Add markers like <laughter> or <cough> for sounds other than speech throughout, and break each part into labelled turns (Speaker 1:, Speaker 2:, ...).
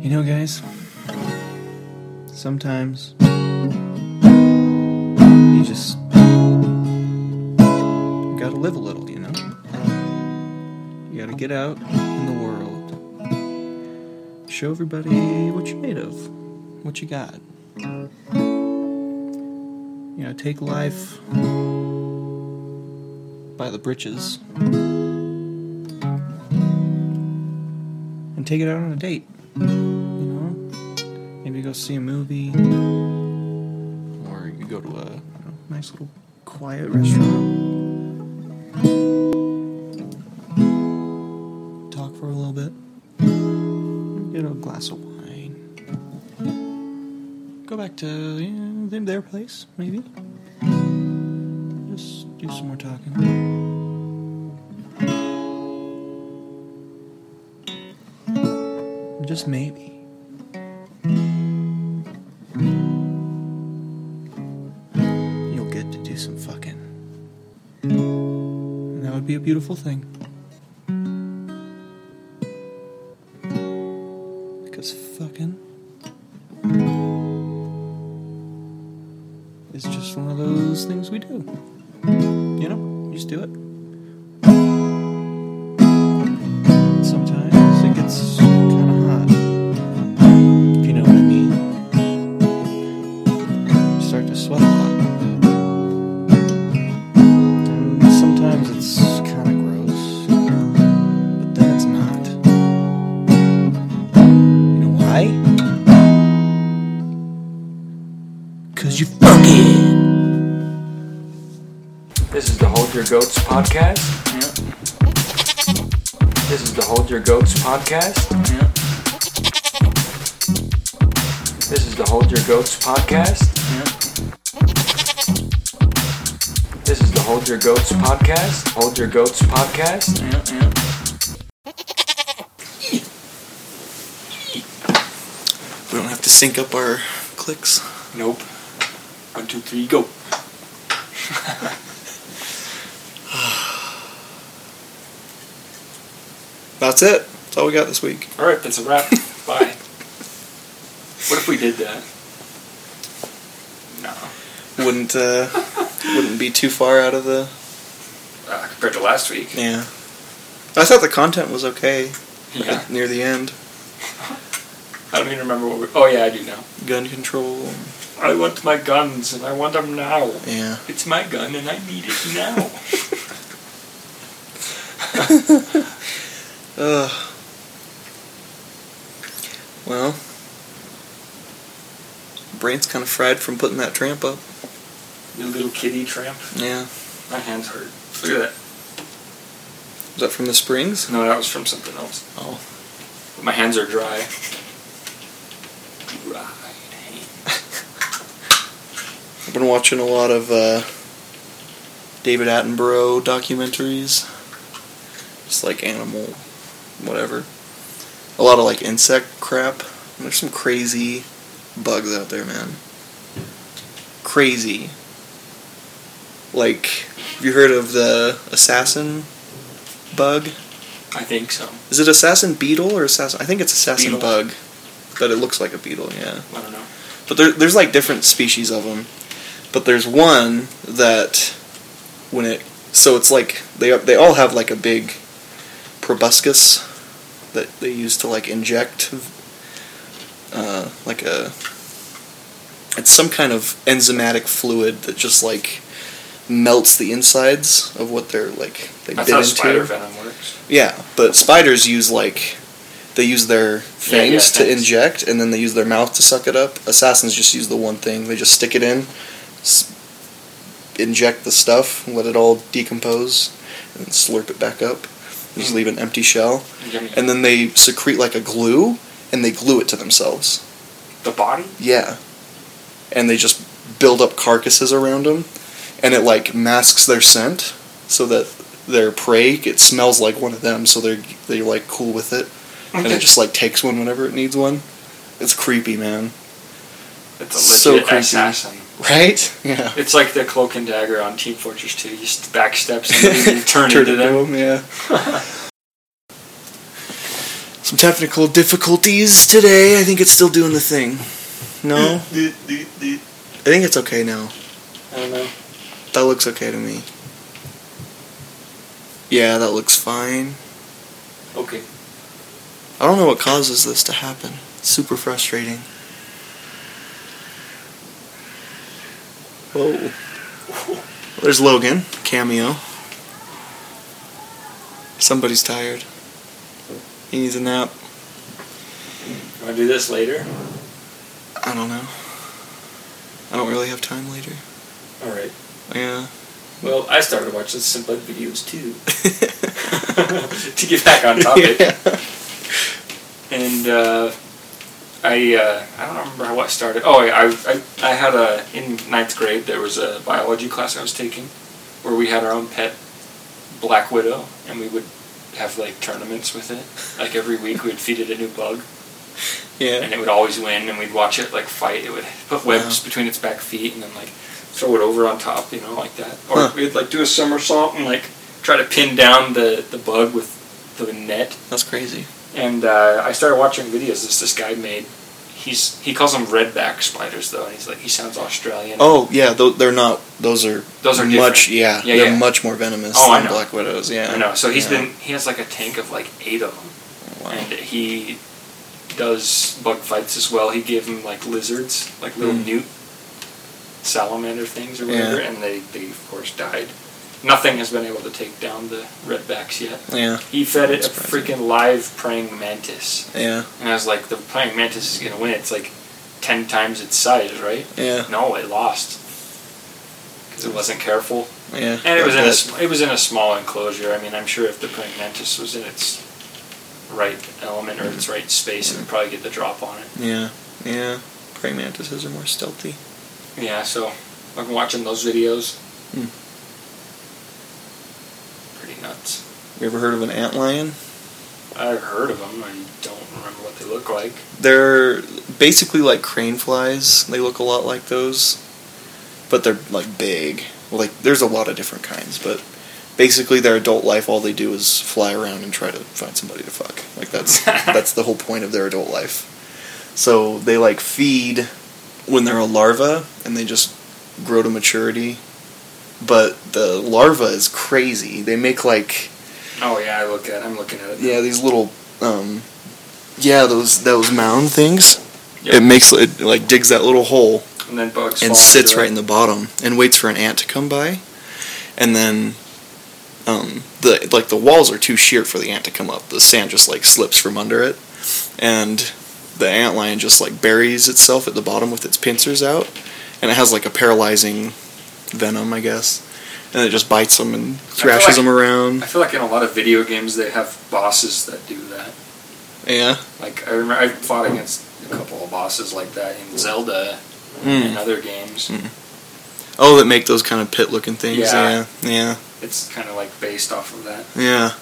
Speaker 1: You know, guys, sometimes you just gotta live a little, you know? You gotta get out in the world, show everybody what you're made of, what you got. You know, take life by the britches and take it out on a date. You know, maybe go see a movie, or you go to a you know, nice little quiet restaurant, talk for a little bit, get a glass of wine, go back to you know, them- their place, maybe. Just do some more talking. Just maybe. You'll get to do some fucking. And that would be a beautiful thing. Because fucking. is just one of those things we do. You know, you just do it. Sometimes it gets kind of hot. If you know what I mean. You start to sweat a lot. And sometimes it's kind of gross. But then it's not. You know why? Because you fucking.
Speaker 2: This is the Hold Your Goats podcast.
Speaker 1: Yeah,
Speaker 2: This is the Hold Your Goats podcast.
Speaker 1: yeah,
Speaker 2: This is the Hold Your Goats podcast.
Speaker 1: yeah.
Speaker 2: This is the Hold Your Goats podcast. Hold Your Goats podcast.
Speaker 1: We don't have to sync up our clicks.
Speaker 2: Nope. One, two, three, go.
Speaker 1: That's it. That's all we got this week.
Speaker 2: All right, that's a <laughs> wrap. Bye. What if we did that? No.
Speaker 1: Wouldn't uh, wouldn't be too far out of the
Speaker 2: Uh, compared to last week.
Speaker 1: yeah. I thought the content was okay at- near the end.
Speaker 2: I don't even remember what we. Oh yeah, I do now.
Speaker 1: Gun control.
Speaker 2: I want my guns and I want them now.
Speaker 1: Yeah.
Speaker 2: It's my gun and I need it <laughs> now.
Speaker 1: Ugh. <laughs> Well, brain's kind of fried from putting that tramp up.
Speaker 2: you little kitty tramp.
Speaker 1: Yeah.
Speaker 2: My hands hurt. Look at that.
Speaker 1: Is that from the springs?
Speaker 2: No, that was from something else.
Speaker 1: Oh.
Speaker 2: My hands are dry. Dry.
Speaker 1: I've been watching a lot of uh, David Attenborough documentaries, just like animal, whatever. A lot of like insect crap. And there's some crazy bugs out there, man. Crazy. Like, have you heard of the assassin bug?
Speaker 2: I think so.
Speaker 1: Is it assassin beetle or assassin? I think it's assassin
Speaker 2: Beetle.
Speaker 1: bug, but it looks like a beetle. Yeah.
Speaker 2: I don't know.
Speaker 1: But there, there's like different species of them. But there's one that when it so it's like they they all have like a big proboscis that they use to like inject uh, like a it's some kind of enzymatic fluid that just like melts the insides of what they're like they
Speaker 2: That's
Speaker 1: bit
Speaker 2: how
Speaker 1: into.
Speaker 2: spider venom works.
Speaker 1: Yeah, but spiders use like they use their fangs
Speaker 2: Yeah, yeah,
Speaker 1: to
Speaker 2: fangs.
Speaker 1: inject, and then they use their mouth to suck it up. Assassins just use the one thing; they just stick it in, s- inject the stuff, let it all decompose, and slurp it back up. Just
Speaker 2: Mm.
Speaker 1: leave an empty shell,
Speaker 2: Yummy.
Speaker 1: and then they secrete like a glue, and they glue it to themselves.
Speaker 2: the body?
Speaker 1: Yeah, and they just build up carcasses around them, and it like masks their scent so that their prey it smells like one of them, so they're they're like cool with it,
Speaker 2: <laughs>
Speaker 1: and it just like takes one whenever it needs one. It's creepy, man.
Speaker 2: It's a
Speaker 1: so
Speaker 2: legit
Speaker 1: creepy.
Speaker 2: assassin.
Speaker 1: Right? Yeah.
Speaker 2: It's like the cloak and dagger on Team Fortress 2. You
Speaker 1: <laughs>
Speaker 2: just <laughs> back steps and then you turn into them.
Speaker 1: yeah. <laughs> Some technical difficulties today. I think it's still doing the thing. No?
Speaker 2: <laughs> I
Speaker 1: I think it's okay now.
Speaker 2: don't know.
Speaker 1: That looks okay to me. Yeah, that looks fine.
Speaker 2: Okay.
Speaker 1: I don't know what causes this to happen. It's super frustrating. Whoa. There's Logan, cameo. Somebody's tired. He needs a nap.
Speaker 2: You want to do this later?
Speaker 1: I don't know. I don't really have time later.
Speaker 2: All right.
Speaker 1: Yeah.
Speaker 2: Well, I started watching Simple videos too <laughs> to get back on
Speaker 1: <laughs>
Speaker 2: topic,
Speaker 1: Yeah.
Speaker 2: and uh, I uh, I don't remember how I started. Oh, I, I I had a in ninth grade there was a biology class I was taking where we had our own pet black widow, and we would have like tournaments with it. Like every week, we'd feed it a new bug. and
Speaker 1: Yeah.
Speaker 2: it would always win and we'd watch it like fight it would put webs between its back feet and then like throw it over on top you know like that or
Speaker 1: Huh.
Speaker 2: we'd like do a somersault and like try to pin down the, the bug with the net
Speaker 1: That's crazy.
Speaker 2: and uh, i started watching videos this this guy made he's he calls them redback spiders though and he's like he sounds australian
Speaker 1: Oh yeah, th- they're not. Those are.
Speaker 2: Those are
Speaker 1: much.
Speaker 2: different.
Speaker 1: Yeah,
Speaker 2: Yeah,
Speaker 1: they're
Speaker 2: yeah.
Speaker 1: much more venomous
Speaker 2: Oh, I
Speaker 1: than
Speaker 2: know.
Speaker 1: black widows. Yeah,
Speaker 2: i know so he's
Speaker 1: yeah.
Speaker 2: been he has like a tank of like eight of them
Speaker 1: Wow.
Speaker 2: and he does bug fights as well. He gave them like lizards, like little
Speaker 1: Mm.
Speaker 2: newt salamander things or whatever,
Speaker 1: Yeah.
Speaker 2: and they, they of course died. Nothing has been able to take down the redbacks yet.
Speaker 1: Yeah,
Speaker 2: He fed it a
Speaker 1: Surprising.
Speaker 2: freaking live praying mantis,
Speaker 1: yeah,
Speaker 2: and I was like, the praying mantis is gonna win. It's like ten times its size, right?
Speaker 1: yeah,
Speaker 2: No, it lost because it wasn't careful,
Speaker 1: yeah.
Speaker 2: and it was in a
Speaker 1: That-
Speaker 2: sm- it was in a small enclosure. I mean, I'm sure if the praying mantis was in its right element or its right space, it would probably get the drop on it.
Speaker 1: Yeah, yeah. Praying mantises are more stealthy.
Speaker 2: Yeah, so I've been watching those videos.
Speaker 1: Hmm.
Speaker 2: Pretty nuts.
Speaker 1: You ever heard of an antlion?
Speaker 2: I've heard of them. I don't remember what they look like.
Speaker 1: They're basically like crane flies. They look a lot like those, but they're like big. Like there's a lot of different kinds, but basically their adult life, all they do is fly around and try to find somebody to fuck. Like that's that's the whole point of their adult life. So they like feed when they're a larva, and they just grow to maturity. But the larva is crazy. They make like
Speaker 2: Oh yeah, I look at. I'm looking at it.
Speaker 1: Yeah, these little, um, yeah, those those mound things.
Speaker 2: Yep.
Speaker 1: It makes it like digs that little hole
Speaker 2: and then bugs
Speaker 1: and
Speaker 2: fall
Speaker 1: sits
Speaker 2: into
Speaker 1: right in
Speaker 2: it.
Speaker 1: the bottom and waits for an ant to come by, and then, um, the like the walls are too sheer for the ant to come up. The sand just like slips from under it, and the ant lion just like buries itself at the bottom with its pincers out, and it has like a paralyzing venom, I guess, and it just bites them and thrashes
Speaker 2: like-
Speaker 1: them around.
Speaker 2: I feel like in a lot of video games they have bosses that do that.
Speaker 1: Yeah.
Speaker 2: Like I remember I fought against a couple of bosses like that in Zelda and
Speaker 1: Mm.
Speaker 2: other games.
Speaker 1: Oh, that make those kind of pit looking things.
Speaker 2: Yeah.
Speaker 1: Yeah. yeah,
Speaker 2: It's kind of like based off of that.
Speaker 1: yeah,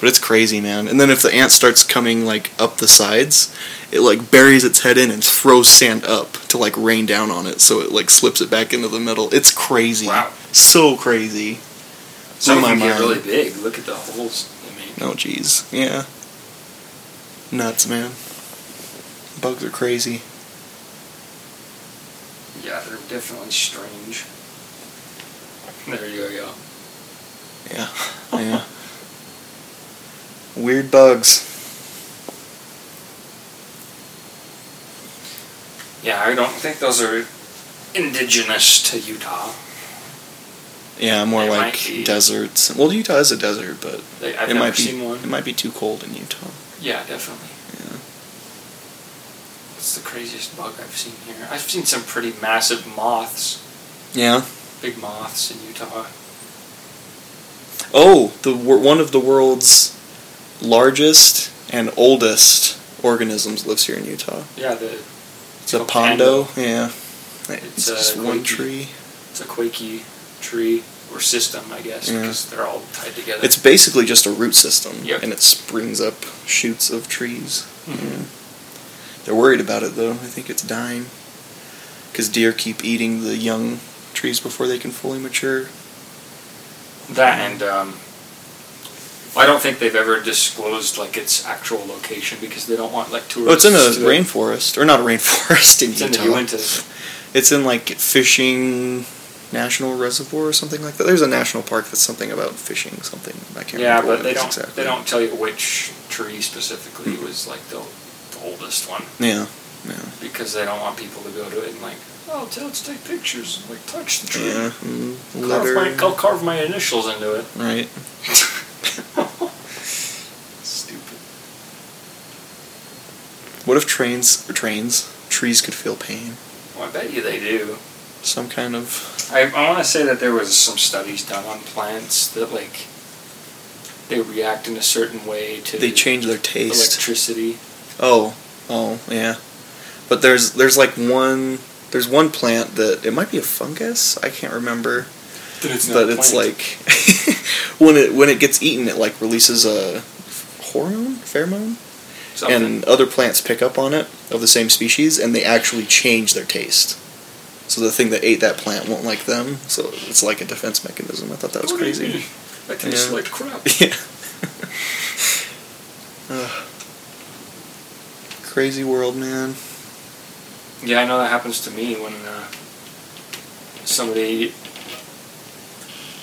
Speaker 1: But it's crazy, man. And then if the ant starts coming like up the sides, it like buries its head in and throws sand up to like rain down on it, so it like slips it back into the middle. It's crazy.
Speaker 2: Wow.
Speaker 1: So crazy.
Speaker 2: Some
Speaker 1: Blew my
Speaker 2: of them get
Speaker 1: mind.
Speaker 2: really big. Look at the holes they make.
Speaker 1: Oh, jeez. Yeah. Nuts, man. Bugs are crazy.
Speaker 2: Yeah, they're definitely strange. There you go.
Speaker 1: Yeah.
Speaker 2: <laughs>
Speaker 1: Yeah. Weird bugs.
Speaker 2: Yeah, I don't think those are indigenous to Utah.
Speaker 1: Yeah, more
Speaker 2: They might
Speaker 1: like
Speaker 2: be.
Speaker 1: deserts. Well, Utah is a desert, but
Speaker 2: They, I've
Speaker 1: it
Speaker 2: never
Speaker 1: might be
Speaker 2: seen
Speaker 1: it
Speaker 2: one.
Speaker 1: might be too cold in Utah.
Speaker 2: Yeah, definitely.
Speaker 1: Yeah.
Speaker 2: It's the craziest bug I've seen here. I've seen some pretty massive moths,
Speaker 1: Yeah.
Speaker 2: big moths in Utah.
Speaker 1: Oh, the wor- one of the world's largest and oldest organisms lives here in Utah.
Speaker 2: Yeah, the
Speaker 1: It's a
Speaker 2: called
Speaker 1: pondo. Yeah. It's,
Speaker 2: It's, uh,
Speaker 1: just one
Speaker 2: quite-
Speaker 1: tree.
Speaker 2: It's a quakey tree or system, I guess,
Speaker 1: Yeah.
Speaker 2: because they're all tied together.
Speaker 1: It's basically just a root system,
Speaker 2: Yep.
Speaker 1: and it springs up shoots of trees.
Speaker 2: Mhm.
Speaker 1: They're worried about it though. I think it's dying because deer keep eating the young trees before they can fully mature.
Speaker 2: that and um, I don't think they've ever disclosed like its actual location because they don't want like
Speaker 1: Oh, it's
Speaker 2: tourists.
Speaker 1: in a
Speaker 2: to-
Speaker 1: rainforest or not a rainforest <laughs> in
Speaker 2: It's in the
Speaker 1: Utah.
Speaker 2: Uintas.
Speaker 1: It's in like fishing national reservoir or something like that. There's a national park that's something about fishing something. I can't
Speaker 2: Yeah,
Speaker 1: remember
Speaker 2: but
Speaker 1: what
Speaker 2: they
Speaker 1: it is
Speaker 2: don't
Speaker 1: exactly. Hmm.
Speaker 2: they don't tell you which tree specifically was like the, the oldest one
Speaker 1: Yeah, yeah,
Speaker 2: because they don't want people to go to it and like oh tell it to take pictures like touch the tree.
Speaker 1: yeah. mm,
Speaker 2: Carve my,
Speaker 1: Letter,
Speaker 2: I'll carve my initials into it.
Speaker 1: right?
Speaker 2: Stupid.
Speaker 1: What if trains or trains trees could feel pain?
Speaker 2: Well, I bet you they do.
Speaker 1: Some kind of
Speaker 2: I, I want to say that there was some studies done on plants that like they react in a certain way to
Speaker 1: they change their taste.
Speaker 2: electricity.
Speaker 1: Oh, oh yeah. But there's there's like one there's one plant that it might be a fungus. I can't remember.
Speaker 2: That it's
Speaker 1: but it's like <laughs> when it when it gets eaten, it like releases a hormone, pheromone,
Speaker 2: something.
Speaker 1: and other plants pick up on it of the same species, and they actually change their taste. So the thing that ate that plant won't like them. So it's like a defense mechanism. I thought that was
Speaker 2: What do you
Speaker 1: crazy.
Speaker 2: mean? That tastes
Speaker 1: Yeah.
Speaker 2: like crap.
Speaker 1: <laughs> yeah. Ugh. Crazy world, man.
Speaker 2: Yeah, I know that happens to me when uh, somebody.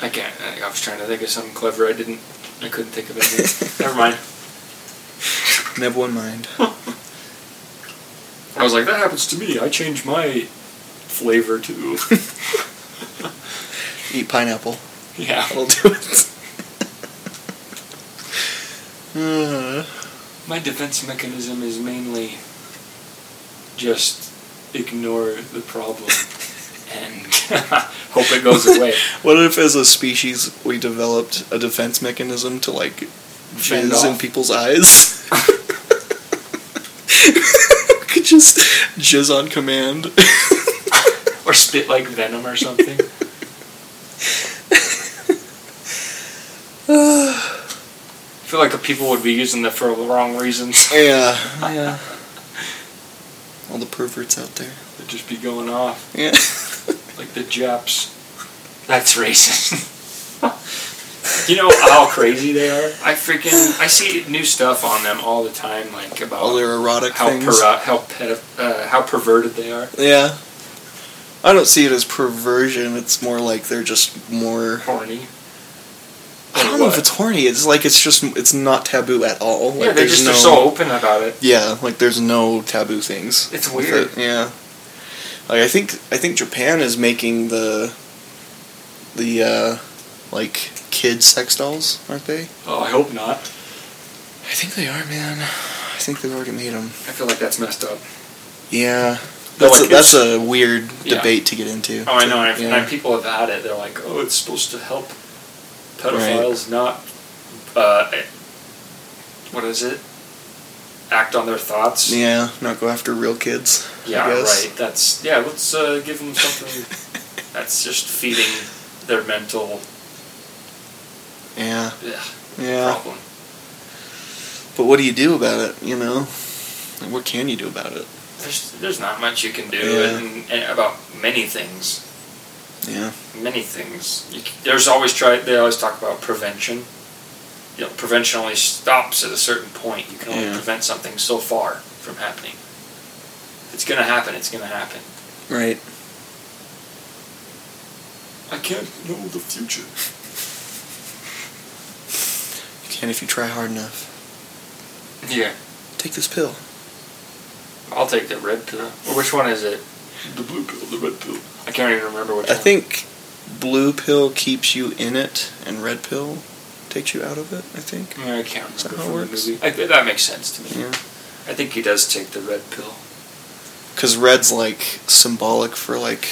Speaker 2: I can't. I I was trying to think of something clever. I didn't. I couldn't think of anything.
Speaker 1: <laughs>
Speaker 2: Never mind.
Speaker 1: Never one mind.
Speaker 2: I was like, that happens to me. I change my flavor too.
Speaker 1: Eat
Speaker 2: <laughs>
Speaker 1: pineapple.
Speaker 2: <laughs> yeah.
Speaker 1: That'll do it. Uh,
Speaker 2: My defense mechanism is mainly just ignore the problem and <laughs> hope it goes away.
Speaker 1: <laughs> What if, as a species, we developed a defense mechanism to like
Speaker 2: Fend
Speaker 1: jizz in
Speaker 2: off.
Speaker 1: people's
Speaker 2: <laughs>
Speaker 1: eyes? <laughs> Could just jizz on command. <laughs>
Speaker 2: Or spit like venom or something. I feel like the people would be using that for the wrong reasons.
Speaker 1: <sighs> yeah, yeah. All the perverts out there.
Speaker 2: They'd just be going off
Speaker 1: Yeah. <laughs>
Speaker 2: like the Japs. That's racist. you know how crazy they are? I freaking I see new stuff on them all the time, like about
Speaker 1: All their erotic
Speaker 2: how
Speaker 1: things.
Speaker 2: per- how ped- uh, how perverted they are.
Speaker 1: yeah. I don't see it as perversion. It's more like they're just more.
Speaker 2: Horny.
Speaker 1: I don't know if it's horny. It's like it's just it's not taboo at all. Like,
Speaker 2: yeah, they're
Speaker 1: there's
Speaker 2: just
Speaker 1: no,
Speaker 2: they're so open about it.
Speaker 1: Yeah, like there's no taboo things.
Speaker 2: It's
Speaker 1: with
Speaker 2: weird.
Speaker 1: it, Yeah. Like I think I think Japan is making the the uh like kid sex dolls, aren't they?
Speaker 2: Oh, I hope not.
Speaker 1: I think they are, man. I think they've already made them.
Speaker 2: I feel like that's messed up.
Speaker 1: Yeah.
Speaker 2: They're
Speaker 1: That's
Speaker 2: like,
Speaker 1: a, that's a weird
Speaker 2: Yeah.
Speaker 1: debate to get into.
Speaker 2: Oh, I know. And, I've, and
Speaker 1: Yeah.
Speaker 2: I've- people have had it. They're like, oh, it's supposed to help pedophiles not. Uh, what is it? Act on their thoughts.
Speaker 1: yeah, not go after real kids.
Speaker 2: Yeah,
Speaker 1: I guess.
Speaker 2: right. That's yeah. Let's uh, give them something that's just feeding their mental
Speaker 1: <laughs> Yeah.
Speaker 2: ugh,
Speaker 1: Yeah.
Speaker 2: problem.
Speaker 1: But what do you do about it, you know? And What can you do about it?
Speaker 2: There's there's not much you can do
Speaker 1: Yeah.
Speaker 2: and, and about many things.
Speaker 1: Yeah.
Speaker 2: many things. You, c- there's always try. They always talk about prevention. You know, prevention only stops at a certain point. You can only
Speaker 1: Yeah.
Speaker 2: prevent something so far from happening. If it's gonna happen. It's gonna happen.
Speaker 1: Right.
Speaker 2: I can't know the future.
Speaker 1: You can if you try hard enough.
Speaker 2: <laughs> Yeah,
Speaker 1: Take this pill.
Speaker 2: I'll take the red pill. Or which one is it? The blue pill. The red pill. I can't even remember which
Speaker 1: I
Speaker 2: one.
Speaker 1: think blue pill keeps you in it, and red pill takes you out of it. I think.
Speaker 2: Yeah, I can't
Speaker 1: Is that
Speaker 2: remember
Speaker 1: how it
Speaker 2: from the
Speaker 1: works?
Speaker 2: movie. I, that makes sense to me.
Speaker 1: Yeah.
Speaker 2: I think he does take the red pill.
Speaker 1: Because red's like symbolic for like,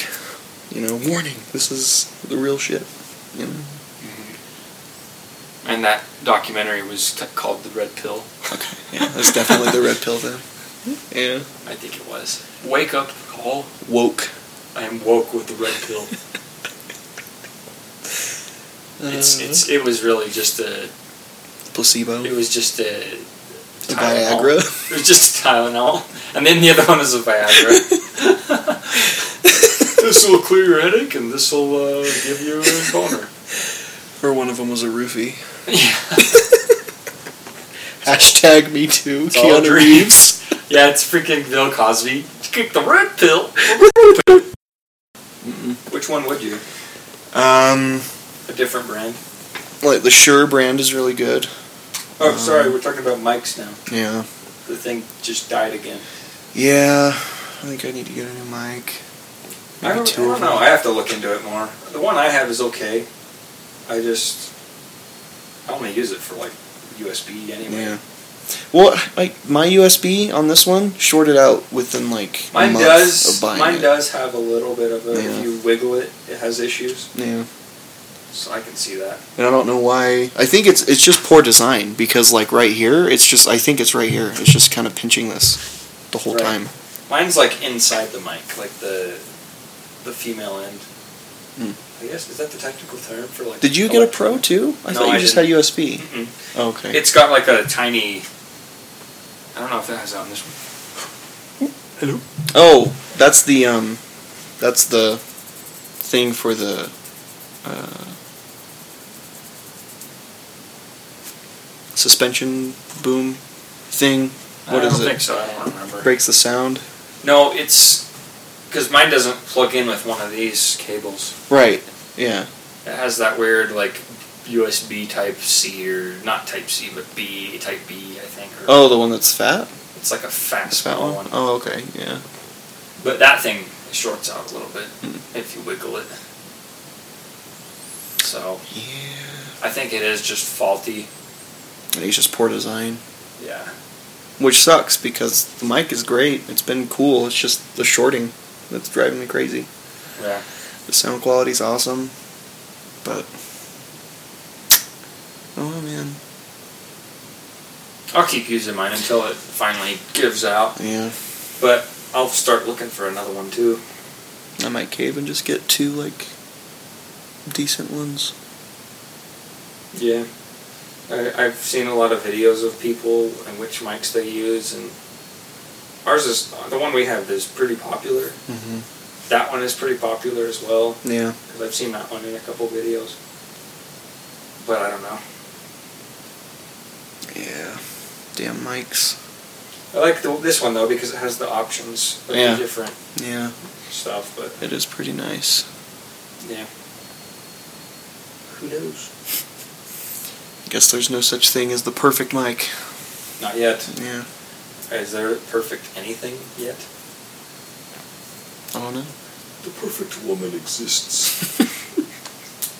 Speaker 1: you know, warning. This is the real shit. You know.
Speaker 2: And that documentary was t- called The Red Pill.
Speaker 1: Okay. Yeah, that's definitely the red pill then. Yeah.
Speaker 2: <laughs> I think it was. Wake up call.
Speaker 1: Woke.
Speaker 2: I am woke with the red pill.
Speaker 1: Uh,
Speaker 2: it's
Speaker 1: Uh-huh.
Speaker 2: it's it was really just a
Speaker 1: placebo.
Speaker 2: it was just a
Speaker 1: A Viagra.
Speaker 2: It was just a Tylenol, and then the other one is
Speaker 1: <laughs>
Speaker 2: a Viagra. this will clear your headache, and this
Speaker 1: <laughs>
Speaker 2: will uh, give you a boner.
Speaker 1: Or one of them was a roofie.
Speaker 2: Yeah.
Speaker 1: <laughs> Hashtag me too.
Speaker 2: It's all
Speaker 1: Keanu
Speaker 2: <laughs> dreams.
Speaker 1: Reeves.
Speaker 2: Yeah, it's freaking Bill Cosby. Kick the red pill. Which one would you?
Speaker 1: Um,
Speaker 2: A different brand?
Speaker 1: like the Sure brand is really good.
Speaker 2: Oh,
Speaker 1: Um,
Speaker 2: sorry, we're talking about mics now.
Speaker 1: Yeah.
Speaker 2: The thing just died again.
Speaker 1: Yeah, I think I need to get a new mic.
Speaker 2: I don't, I
Speaker 1: two
Speaker 2: don't
Speaker 1: of
Speaker 2: know.
Speaker 1: them.
Speaker 2: I have to look into it more. The one I have is okay. I just I only use it for like USB anyway.
Speaker 1: Yeah. Well, like my USB on this one shorted out within like a
Speaker 2: Mine
Speaker 1: month
Speaker 2: does.
Speaker 1: of buying
Speaker 2: Mine
Speaker 1: it.
Speaker 2: does have a little bit of a.
Speaker 1: Yeah.
Speaker 2: If you wiggle it, it has issues.
Speaker 1: Yeah,
Speaker 2: So I can see that.
Speaker 1: and I don't know why. I think it's it's just poor design because like right here, it's just I think it's right here. It's just kind of pinching this the whole
Speaker 2: Right.
Speaker 1: time.
Speaker 2: Mine's like inside the mic, like the the female end.
Speaker 1: Hmm.
Speaker 2: I guess is that the technical term for like.
Speaker 1: Did you get a Pro
Speaker 2: electronic-
Speaker 1: too? I
Speaker 2: No,
Speaker 1: thought you
Speaker 2: I
Speaker 1: just
Speaker 2: didn't.
Speaker 1: had USB.
Speaker 2: Mm-mm.
Speaker 1: Oh, okay.
Speaker 2: It's got like a tiny. I don't know if that has that on this one.
Speaker 1: oh, that's the um, that's the thing for the. Uh, suspension boom thing What
Speaker 2: I
Speaker 1: is
Speaker 2: don't
Speaker 1: it?
Speaker 2: think so. I don't remember.
Speaker 1: breaks the sound.
Speaker 2: No, it's because mine doesn't plug in with one of these cables.
Speaker 1: Right. Yeah.
Speaker 2: It has that weird like USB Type C or not Type C but B Type B I think. Or
Speaker 1: Oh, the one that's fat.
Speaker 2: It's like a fat
Speaker 1: That's fat
Speaker 2: small
Speaker 1: one.
Speaker 2: one.
Speaker 1: Oh, okay. Yeah.
Speaker 2: But that thing shorts out a little bit
Speaker 1: Mm.
Speaker 2: if you wiggle it. So
Speaker 1: Yeah.
Speaker 2: I think it is just faulty.
Speaker 1: I think it's just poor design,
Speaker 2: Yeah.
Speaker 1: which sucks because the mic is great. It's been cool. It's just the shorting that's driving me crazy.
Speaker 2: Yeah.
Speaker 1: The sound quality's awesome, but oh man.
Speaker 2: I'll keep using mine until it finally gives out.
Speaker 1: Yeah.
Speaker 2: But I'll start looking for another one too.
Speaker 1: I might cave and just get two like decent ones.
Speaker 2: Yeah. I, I've seen a lot of videos of people and which mics they use, and ours is the one we have is pretty popular.
Speaker 1: Mm-hmm.
Speaker 2: That one is pretty popular as well
Speaker 1: Yeah.
Speaker 2: because I've seen that one in a couple videos. But I don't know.
Speaker 1: Yeah. Damn mics.
Speaker 2: I like the, this one though because it has the options of
Speaker 1: Yeah.
Speaker 2: the different
Speaker 1: Yeah.
Speaker 2: stuff. But
Speaker 1: It is pretty nice.
Speaker 2: yeah, who knows?
Speaker 1: Guess there's no such thing as the perfect mic.
Speaker 2: Not yet.
Speaker 1: Yeah.
Speaker 2: Is there perfect anything yet?
Speaker 1: I don't <laughs> know.
Speaker 2: The perfect woman exists.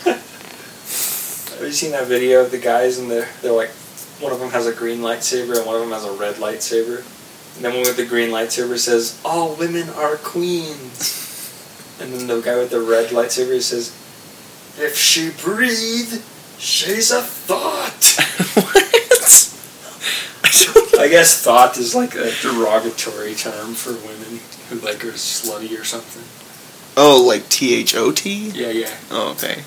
Speaker 2: Have you seen that video of the guys and they're, they're like, one of them has a green lightsaber and one of them has a red lightsaber? And then one with the green lightsaber says, All women are queens. And then the guy with the red lightsaber says, If she breathe, she's a thought.
Speaker 1: <laughs>
Speaker 2: <laughs>
Speaker 1: what?
Speaker 2: I guess thought is like a derogatory term for women who like are slutty or something.
Speaker 1: Oh, like T H O T?
Speaker 2: Yeah, yeah.
Speaker 1: Oh, okay.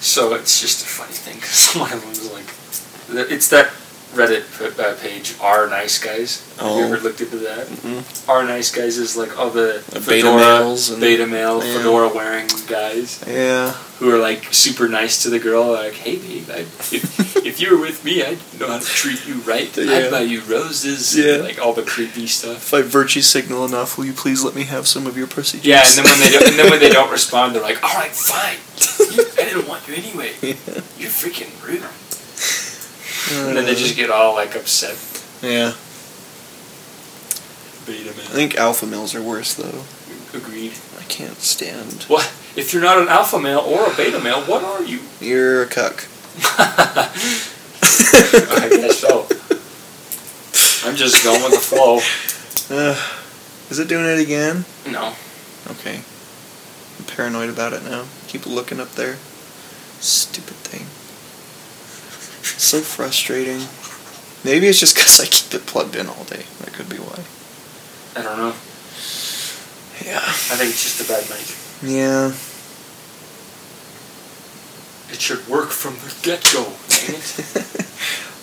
Speaker 2: So it's just a funny thing <laughs> because one of them was like, th- it's that Reddit p- uh, page R Nice Guys. Have you
Speaker 1: Oh.
Speaker 2: ever looked into that?
Speaker 1: Mm-mm.
Speaker 2: R Nice Guys is like all the
Speaker 1: The beta
Speaker 2: fedora,
Speaker 1: males and-
Speaker 2: beta male,
Speaker 1: yeah.
Speaker 2: fedora wearing guys
Speaker 1: Yeah.
Speaker 2: who are like super nice to the girl. Like, hey babe,
Speaker 1: <laughs>
Speaker 2: I'd, if, if you were with me, I'd know how to treat you right.
Speaker 1: Yeah.
Speaker 2: I'd buy you roses.
Speaker 1: Yeah.
Speaker 2: And, like all the creepy stuff.
Speaker 1: If I virtue signal enough, will you please let me have some of your pussy juice?
Speaker 2: Yeah, and then when they don't, and then
Speaker 1: <laughs>
Speaker 2: when they don't respond, they're like, all right, fine. You- I didn't want you anyway. You're freaking rude. And then they just get all like upset.
Speaker 1: Yeah.
Speaker 2: Beta
Speaker 1: I think alpha males are worse, though.
Speaker 2: Agreed.
Speaker 1: I can't stand.
Speaker 2: What? If you're not an alpha male or a beta male, what are you? <laughs>
Speaker 1: You're a cuck.
Speaker 2: I guess so. I'm just going with the flow.
Speaker 1: Uh, is it doing it again?
Speaker 2: No.
Speaker 1: Okay. I'm paranoid about it now. Keep looking up there. Stupid thing. So frustrating. Maybe it's just because I keep it plugged in all day. That could be why.
Speaker 2: I don't know.
Speaker 1: Yeah.
Speaker 2: I think it's just a bad night.
Speaker 1: Yeah.
Speaker 2: It should work from the get-go. Dang it.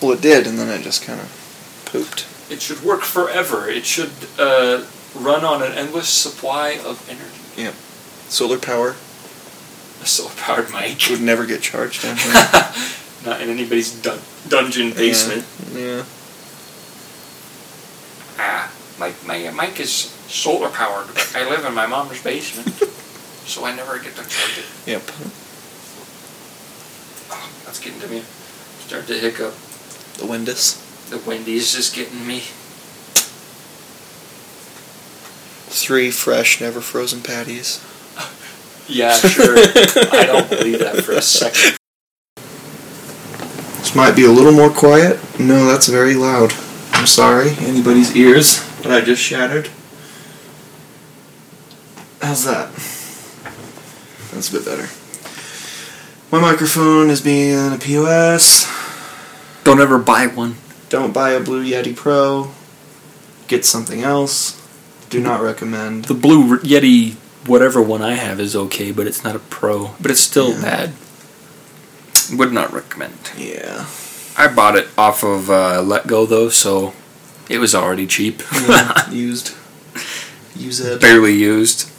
Speaker 1: <laughs> well, it did, and then it just kind of pooped.
Speaker 2: It should work forever. It should uh, run on an endless supply of energy.
Speaker 1: Solar power
Speaker 2: A solar powered
Speaker 1: <laughs>
Speaker 2: mic.
Speaker 1: would never get charged down here.
Speaker 2: I <laughs> not in anybody's dun- dungeon basement.
Speaker 1: Yeah.
Speaker 2: Ah, my, my mic is solar powered, but I live in my mom's basement, so I never get to charge it.
Speaker 1: <laughs> Yep.
Speaker 2: Oh, that's getting to me. Start to hiccup.
Speaker 1: The Windus.
Speaker 2: The Wendy's is getting me. <laughs>
Speaker 1: Three fresh, never frozen patties.
Speaker 2: Yeah, sure. I don't believe that for a second.
Speaker 1: This might be a little more quiet. No, that's very loud. I'm sorry, anybody's ears that I just shattered. How's that? That's a bit better. My microphone is being a POS.
Speaker 2: Don't ever buy one.
Speaker 1: Don't buy a Blue Yeti Pro. Get something else. Do not recommend.
Speaker 2: The Blue Yeti, whatever one I have, is okay, but it's not a pro. But it's still
Speaker 1: Yeah.
Speaker 2: bad. Would not recommend.
Speaker 1: Yeah. <laughs>
Speaker 2: I bought it off of uh, Let Go though, so it was already cheap. <laughs>
Speaker 1: Yeah, used. Use it.
Speaker 2: Barely used.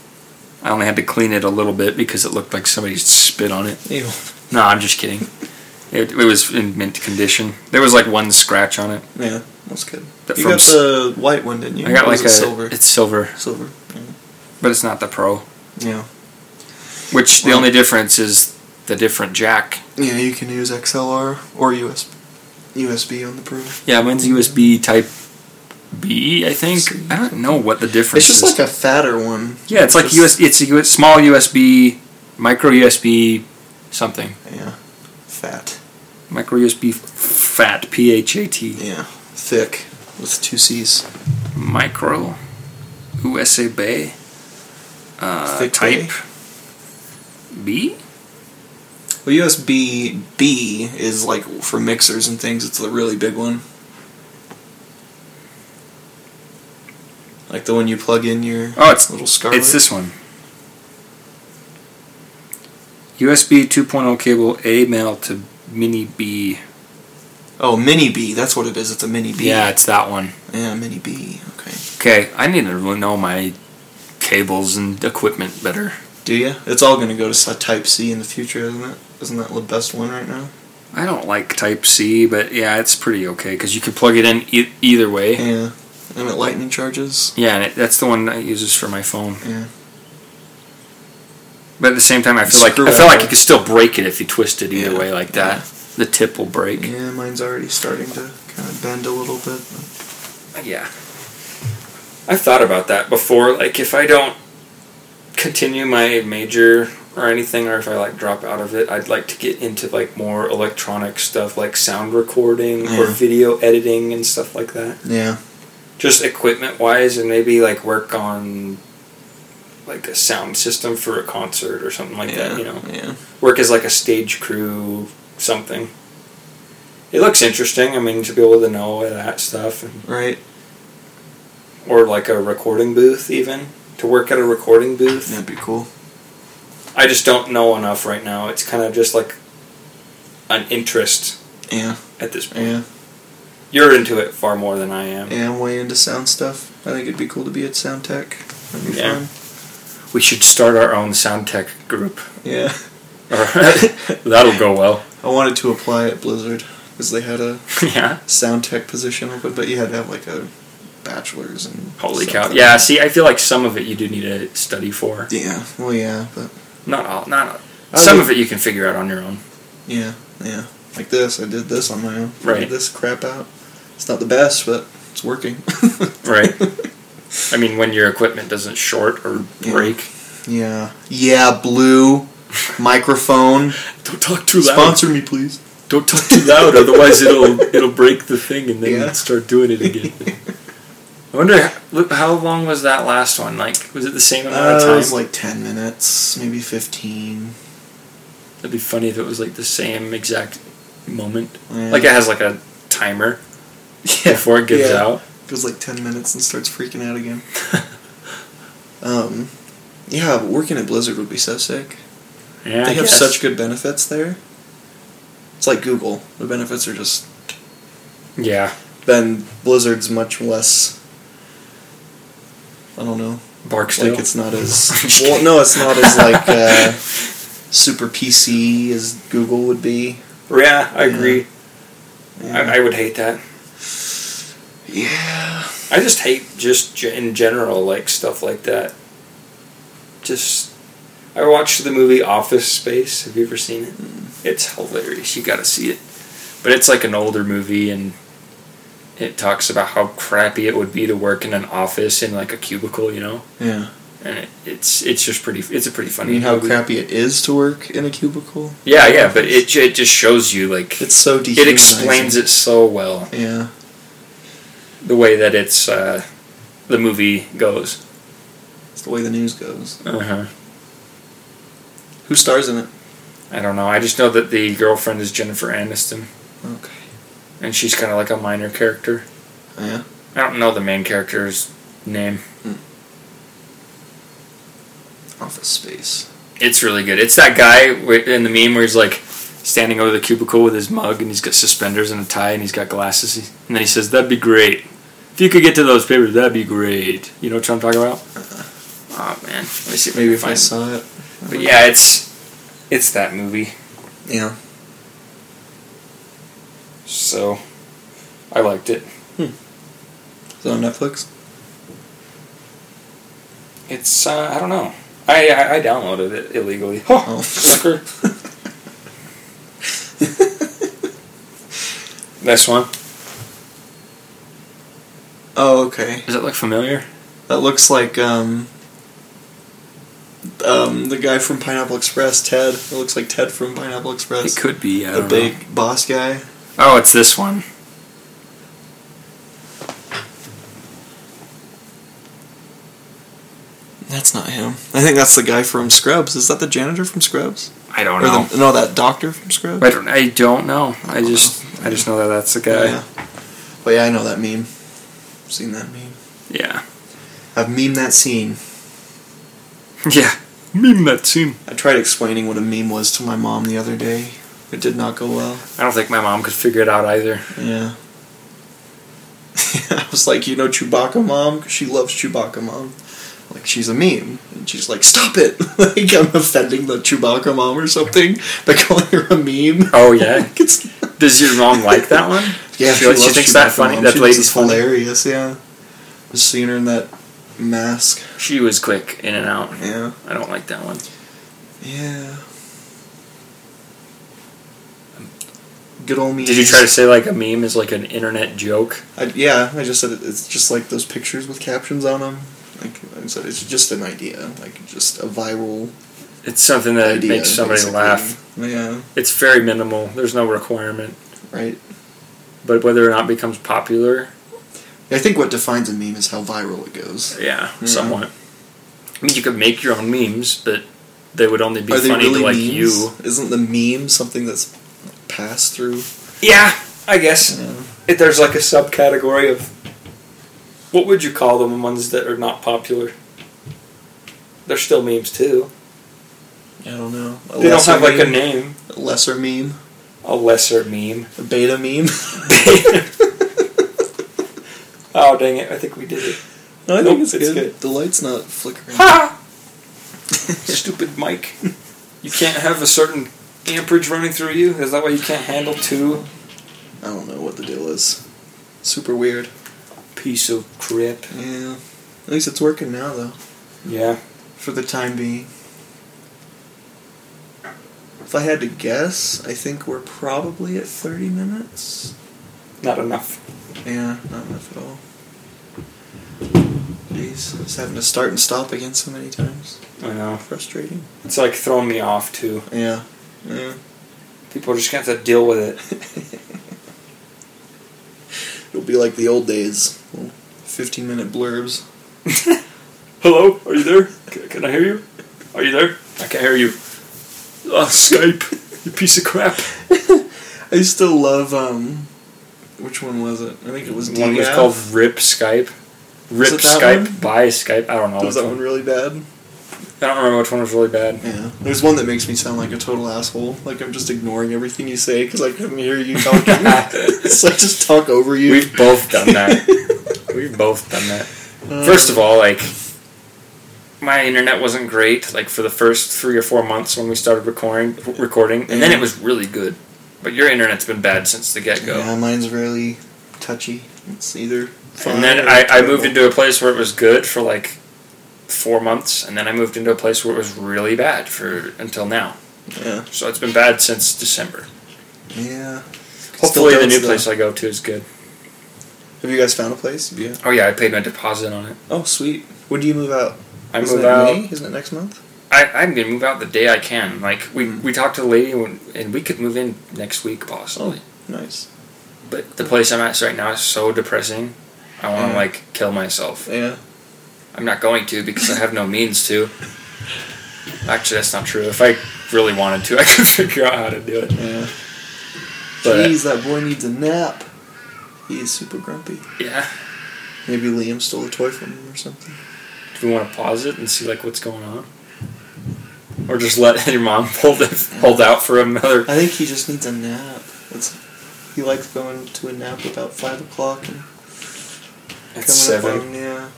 Speaker 2: I only had to clean it a little bit because it looked like somebody spit on it.
Speaker 1: Ew.
Speaker 2: No, I'm just kidding. It, it was in mint condition. There was like one scratch on it.
Speaker 1: Yeah, that's good.
Speaker 2: But
Speaker 1: you
Speaker 2: from
Speaker 1: got
Speaker 2: s-
Speaker 1: the white one, didn't you?
Speaker 2: I got
Speaker 1: Or was
Speaker 2: like a.
Speaker 1: it silver.
Speaker 2: It's silver,
Speaker 1: silver.
Speaker 2: but it's not the pro.
Speaker 1: Yeah.
Speaker 2: Which the
Speaker 1: Well-
Speaker 2: only difference is the different jack.
Speaker 1: Yeah, you can use XLR or USB. USB on the Pro.
Speaker 2: Yeah, mine's USB Type B, I think.
Speaker 1: C.
Speaker 2: I don't know what the difference
Speaker 1: It's just
Speaker 2: is.
Speaker 1: like a fatter one.
Speaker 2: yeah, it's like
Speaker 1: just-
Speaker 2: US. It's a US, small USB, micro USB, something.
Speaker 1: Yeah. Fat.
Speaker 2: Micro USB fat P H A T
Speaker 1: Yeah. Thick with two C's.
Speaker 2: micro USA Bay uh,
Speaker 1: Thick
Speaker 2: type B.
Speaker 1: Well, USB B is like for mixers and things. It's the really big one. Like the one you plug in your
Speaker 2: Oh, it's
Speaker 1: little scarlet.
Speaker 2: It's this one. USB 2.0 cable A male to mini B.
Speaker 1: Oh, mini B. That's what it is. It's a mini B.
Speaker 2: Yeah, it's that one.
Speaker 1: Yeah, mini B. Okay.
Speaker 2: Okay, I need to really know my cables and equipment better.
Speaker 1: Do you? It's all going to go to s- Type C in the future, isn't it? Isn't that the best one right now?
Speaker 2: I don't like Type C, but yeah, it's pretty okay because you can plug it in e- either way.
Speaker 1: Yeah. And it lightning charges.
Speaker 2: Yeah, and it, that's the one I uses for my phone.
Speaker 1: Yeah.
Speaker 2: But at the same time, I feel like I feel like you could still break it if you twist it either
Speaker 1: Yeah.
Speaker 2: way like that. The tip will break. Yeah.
Speaker 1: Yeah, mine's already starting to kind of bend a little bit.
Speaker 2: I've thought about that before. Like if I don't continue my major or anything, or if I like drop out of it, I'd like to get into like more electronic stuff, like sound recording or
Speaker 1: Yeah.
Speaker 2: video editing and stuff like that.
Speaker 1: Yeah.
Speaker 2: Just equipment wise, and maybe like work on like a sound system for a concert or something like
Speaker 1: yeah.
Speaker 2: that. You know.
Speaker 1: Yeah.
Speaker 2: work as like a stage crew something. It looks interesting. I mean, to be able to know that stuff, and-
Speaker 1: Right?
Speaker 2: or like a recording booth, even to work at a recording booth.
Speaker 1: That'd be cool.
Speaker 2: I just don't know enough right now. It's kind of just like an interest
Speaker 1: Yeah.
Speaker 2: at this point.
Speaker 1: Yeah.
Speaker 2: You're into it far more than I am.
Speaker 1: Yeah, I'm way into sound stuff. I think it'd be cool to be at Sound Tech. That'd be
Speaker 2: Yeah.
Speaker 1: fun.
Speaker 2: We should start our own sound tech group.
Speaker 1: <laughs> Yeah.
Speaker 2: <laughs> That'll go well.
Speaker 1: I wanted to apply at Blizzard because they had a
Speaker 2: yeah.
Speaker 1: sound tech position open, but you had to have like a bachelor's and
Speaker 2: Holy cow.
Speaker 1: something.
Speaker 2: Yeah. See, I feel like some of it you do need to study for.
Speaker 1: Yeah. Well, yeah, but
Speaker 2: Not all. Not
Speaker 1: I
Speaker 2: all. Some
Speaker 1: think-
Speaker 2: of it you can figure out on your own.
Speaker 1: Yeah, yeah. Like this, I did this on my own.
Speaker 2: Right.
Speaker 1: Figured This crap out. It's not the best, but it's working. <laughs>
Speaker 2: Right. I mean, when your equipment doesn't short or
Speaker 1: Yeah.
Speaker 2: break.
Speaker 1: yeah. Yeah, blue microphone.
Speaker 2: Don't talk <laughs> too
Speaker 1: Sponsor me, please.
Speaker 2: Don't talk too loud, otherwise
Speaker 1: <laughs>
Speaker 2: it'll it'll break the thing and then
Speaker 1: Yeah.
Speaker 2: start doing
Speaker 1: <laughs>
Speaker 2: it again. I wonder h- look, how long was that last one? Like, was it the same amount
Speaker 1: Uh,
Speaker 2: of
Speaker 1: it
Speaker 2: time?
Speaker 1: was like ten minutes, maybe fifteen.
Speaker 2: That'd be funny if it was like the same exact moment.
Speaker 1: Yeah.
Speaker 2: Like it has like a timer
Speaker 1: <laughs> Yeah.
Speaker 2: before it gives
Speaker 1: Yeah.
Speaker 2: out.
Speaker 1: It was like ten minutes and starts freaking out again. <laughs> um, yeah, working at Blizzard would be so sick.
Speaker 2: Yeah,
Speaker 1: they
Speaker 2: I
Speaker 1: have
Speaker 2: guess.
Speaker 1: such good benefits there. It's like Google. The benefits are just
Speaker 2: yeah
Speaker 1: then Blizzard's much less. I don't know.
Speaker 2: Barksdale.
Speaker 1: Like it's not as
Speaker 2: <laughs> I'm just
Speaker 1: well.
Speaker 2: <laughs> kidding.
Speaker 1: No, it's not as like uh, super PC as Google would be.
Speaker 2: Yeah, I agree.
Speaker 1: Yeah.
Speaker 2: I, I would hate that.
Speaker 1: yeah.
Speaker 2: I just hate just ge- in general like stuff like that. Just I watched the movie Office Space. Have you ever seen it?
Speaker 1: Mm.
Speaker 2: It's hilarious. You got to see it. But it's like an older movie and it talks about how crappy it would be to work in an office in like a cubicle, you know?
Speaker 1: Yeah.
Speaker 2: And it, it's it's just pretty it's a pretty
Speaker 1: I
Speaker 2: funny
Speaker 1: mean, how
Speaker 2: movie.
Speaker 1: crappy it is to work in a cubicle.
Speaker 2: Yeah, yeah, but it it just shows you like
Speaker 1: It's so
Speaker 2: it
Speaker 1: dehumanizing.
Speaker 2: explains it so well
Speaker 1: Yeah.
Speaker 2: the way that it's uh, the movie goes.
Speaker 1: It's the way the news goes.
Speaker 2: Uh-huh.
Speaker 1: Who stars in it?
Speaker 2: I don't know. I just know that the girlfriend is Jennifer Aniston,
Speaker 1: Okay.
Speaker 2: and she's kind of like a minor character.
Speaker 1: Yeah.
Speaker 2: I don't know the main character's name.
Speaker 1: Office Space.
Speaker 2: It's really good. It's that guy wi- in the meme where he's like standing over the cubicle with his mug, and he's got suspenders and a tie, and he's got glasses, He- and then he says, "That'd be great if you could get to those papers. That'd be great." You know what I'm talking about? Oh man, let me see if
Speaker 1: Maybe
Speaker 2: maybe
Speaker 1: if I
Speaker 2: find.
Speaker 1: saw it.
Speaker 2: But yeah, it's it's that movie.
Speaker 1: Yeah.
Speaker 2: So I liked it.
Speaker 1: Is it on Netflix?
Speaker 2: It's uh, I don't know. I, I I downloaded it illegally.
Speaker 1: Oh.
Speaker 2: <laughs> Sucker. Next one.
Speaker 1: <laughs> Oh, okay.
Speaker 2: Does it look familiar?
Speaker 1: That looks like um, um, the guy from Pineapple Express, Ted. It looks like Ted from Pineapple Express.
Speaker 2: It could be. I
Speaker 1: the
Speaker 2: don't know.
Speaker 1: big boss guy.
Speaker 2: Oh, it's this one.
Speaker 1: That's not him. I think that's the guy from Scrubs. Is that the janitor from Scrubs?
Speaker 2: I don't
Speaker 1: or
Speaker 2: know.
Speaker 1: The, no, that doctor from Scrubs.
Speaker 2: I don't. I don't know. I,
Speaker 1: don't
Speaker 2: just. I just know that that's the guy.
Speaker 1: Yeah. But yeah, I know that meme. Seen that meme.
Speaker 2: Yeah. <laughs>
Speaker 1: I've memed that scene.
Speaker 2: Yeah. Meme that scene.
Speaker 1: I tried explaining what a meme was to my mom the other day. It did not go well.
Speaker 2: I don't think my mom could figure it out either.
Speaker 1: Yeah. <laughs> I was like, you know Chewbacca mom? 'Cause she loves Chewbacca mom. Like, she's a meme. And she's like, stop it! <laughs> like, I'm offending the Chewbacca mom or something by <laughs> calling her a meme.
Speaker 2: Oh, yeah?
Speaker 1: <laughs> Like, it's-
Speaker 2: <laughs> Does your mom like that one?
Speaker 1: <laughs> yeah,
Speaker 2: She, she,
Speaker 1: loves
Speaker 2: thinks that
Speaker 1: Chewbacca
Speaker 2: funny.
Speaker 1: mom.
Speaker 2: That
Speaker 1: She thinks
Speaker 2: lady's
Speaker 1: it's
Speaker 2: funny.
Speaker 1: hilarious, yeah. Just seeing her in that mask.
Speaker 2: She was quick in and out.
Speaker 1: Yeah.
Speaker 2: I don't like that one.
Speaker 1: Yeah. Good old me.
Speaker 2: Did you try to say like a meme is like an internet joke?
Speaker 1: I, yeah, I just said it, it's just like those pictures with captions on them. Like I said, it's just an idea, like just a viral
Speaker 2: It's something that
Speaker 1: idea.
Speaker 2: makes somebody
Speaker 1: basically.
Speaker 2: laugh.
Speaker 1: Yeah,
Speaker 2: It's very minimal. There's no requirement,
Speaker 1: right.
Speaker 2: but whether or not it becomes popular,
Speaker 1: I think what defines a meme is how viral it goes.
Speaker 2: yeah,
Speaker 1: Yeah.
Speaker 2: somewhat. I mean, you could make your own memes, but they would only be
Speaker 1: Are they
Speaker 2: funny
Speaker 1: really
Speaker 2: to like
Speaker 1: memes?
Speaker 2: you.
Speaker 1: Isn't the meme something that's passed through?
Speaker 2: Yeah, I guess
Speaker 1: Yeah.
Speaker 2: if there's like a subcategory of what would you call them ones that are not popular. They're still memes too.
Speaker 1: I don't know. A
Speaker 2: they don't
Speaker 1: lesser
Speaker 2: have like a
Speaker 1: meme?
Speaker 2: name.
Speaker 1: a lesser meme,
Speaker 2: A lesser <laughs> meme.
Speaker 1: a beta meme. <laughs>
Speaker 2: oh dang it! I think we <laughs> did it.
Speaker 1: No, I
Speaker 2: Nope,
Speaker 1: think it's,
Speaker 2: it's
Speaker 1: good.
Speaker 2: good.
Speaker 1: The light's not flickering.
Speaker 2: Ha! Stupid Mike. You can't have a certain amperage running through you? Is that why you can't handle two?
Speaker 1: <laughs> I don't know what the deal is. Super weird.
Speaker 2: Piece of crap.
Speaker 1: Yeah. At least it's working now, though.
Speaker 2: Yeah.
Speaker 1: for the time being. If I had to guess, I think we're probably at 30 minutes.
Speaker 2: Not enough.
Speaker 1: Yeah, not enough at all. Jeez, just having to start and stop again so many times.
Speaker 2: I know.
Speaker 1: Frustrating.
Speaker 2: It's like throwing me off too.
Speaker 1: Yeah. Yeah. <laughs>
Speaker 2: People are just gonna have to deal with it.
Speaker 1: It'll be like the old days. little 15 minute blurbs.
Speaker 2: <laughs> Hello? Are you there? Can, can I hear you? Are you there? I can't hear you. Oh, Skype. You piece
Speaker 1: <laughs>
Speaker 2: of crap.
Speaker 1: I still love, um, which one was it? I think it was D.
Speaker 2: One was called Rip Skype. Rip
Speaker 1: it that
Speaker 2: Skype.
Speaker 1: one?
Speaker 2: Buy Skype. I don't know.
Speaker 1: Was
Speaker 2: which
Speaker 1: that one
Speaker 2: one.
Speaker 1: really bad?
Speaker 2: I don't remember which one was really bad.
Speaker 1: Yeah. There's one that makes me sound like a total asshole. Like I'm just ignoring everything you say because I couldn't hear you
Speaker 2: <laughs>
Speaker 1: talking. so I just talk over you.
Speaker 2: We've both done
Speaker 1: <laughs>
Speaker 2: that. We've both done that.
Speaker 1: Uh,
Speaker 2: First of all, like my internet wasn't great like for the first 3 or 4 months when we started recording recording and then it was really good. But your internet's been bad since the get go.
Speaker 1: Yeah, mine's really touchy. It's either fine.
Speaker 2: and then
Speaker 1: or
Speaker 2: I, I
Speaker 1: terrible.
Speaker 2: moved into a place where it was good for like four months, and then I moved into a place where it was really bad for until now.
Speaker 1: Yeah.
Speaker 2: So it's been bad since December.
Speaker 1: Yeah.
Speaker 2: Hopefully,
Speaker 1: Still
Speaker 2: the new
Speaker 1: does, though.
Speaker 2: place I go to is good.
Speaker 1: Have you guys found a place? Yeah.
Speaker 2: Oh yeah, I paid my deposit on it.
Speaker 1: Oh, sweet. When do you move out?
Speaker 2: I
Speaker 1: Isn't
Speaker 2: move
Speaker 1: it
Speaker 2: out.
Speaker 1: May? Isn't it next month?
Speaker 2: I, I'm gonna move out the day I can. Like we
Speaker 1: Mm.
Speaker 2: we talked to the lady, when, and we could move in next week possibly.
Speaker 1: Nice.
Speaker 2: But the place I'm at right now is so depressing. I want to
Speaker 1: Mm.
Speaker 2: like kill myself.
Speaker 1: Yeah.
Speaker 2: I'm not going to because I have no means to. Actually, that's not true. If I really wanted to, <laughs> I could figure out how to do it.
Speaker 1: Yeah.
Speaker 2: But-
Speaker 1: Jeez, that boy needs a nap. He is super grumpy.
Speaker 2: Yeah.
Speaker 1: Maybe Liam stole a toy from him or something.
Speaker 2: Do we want to pause it and see like what's going on, or just let <laughs> your mom hold it, hold out for another?
Speaker 1: I think he just needs a nap. It's, he likes going to a nap about five o'clock and
Speaker 2: It's
Speaker 1: coming up
Speaker 2: seven.
Speaker 1: on- yeah. coming up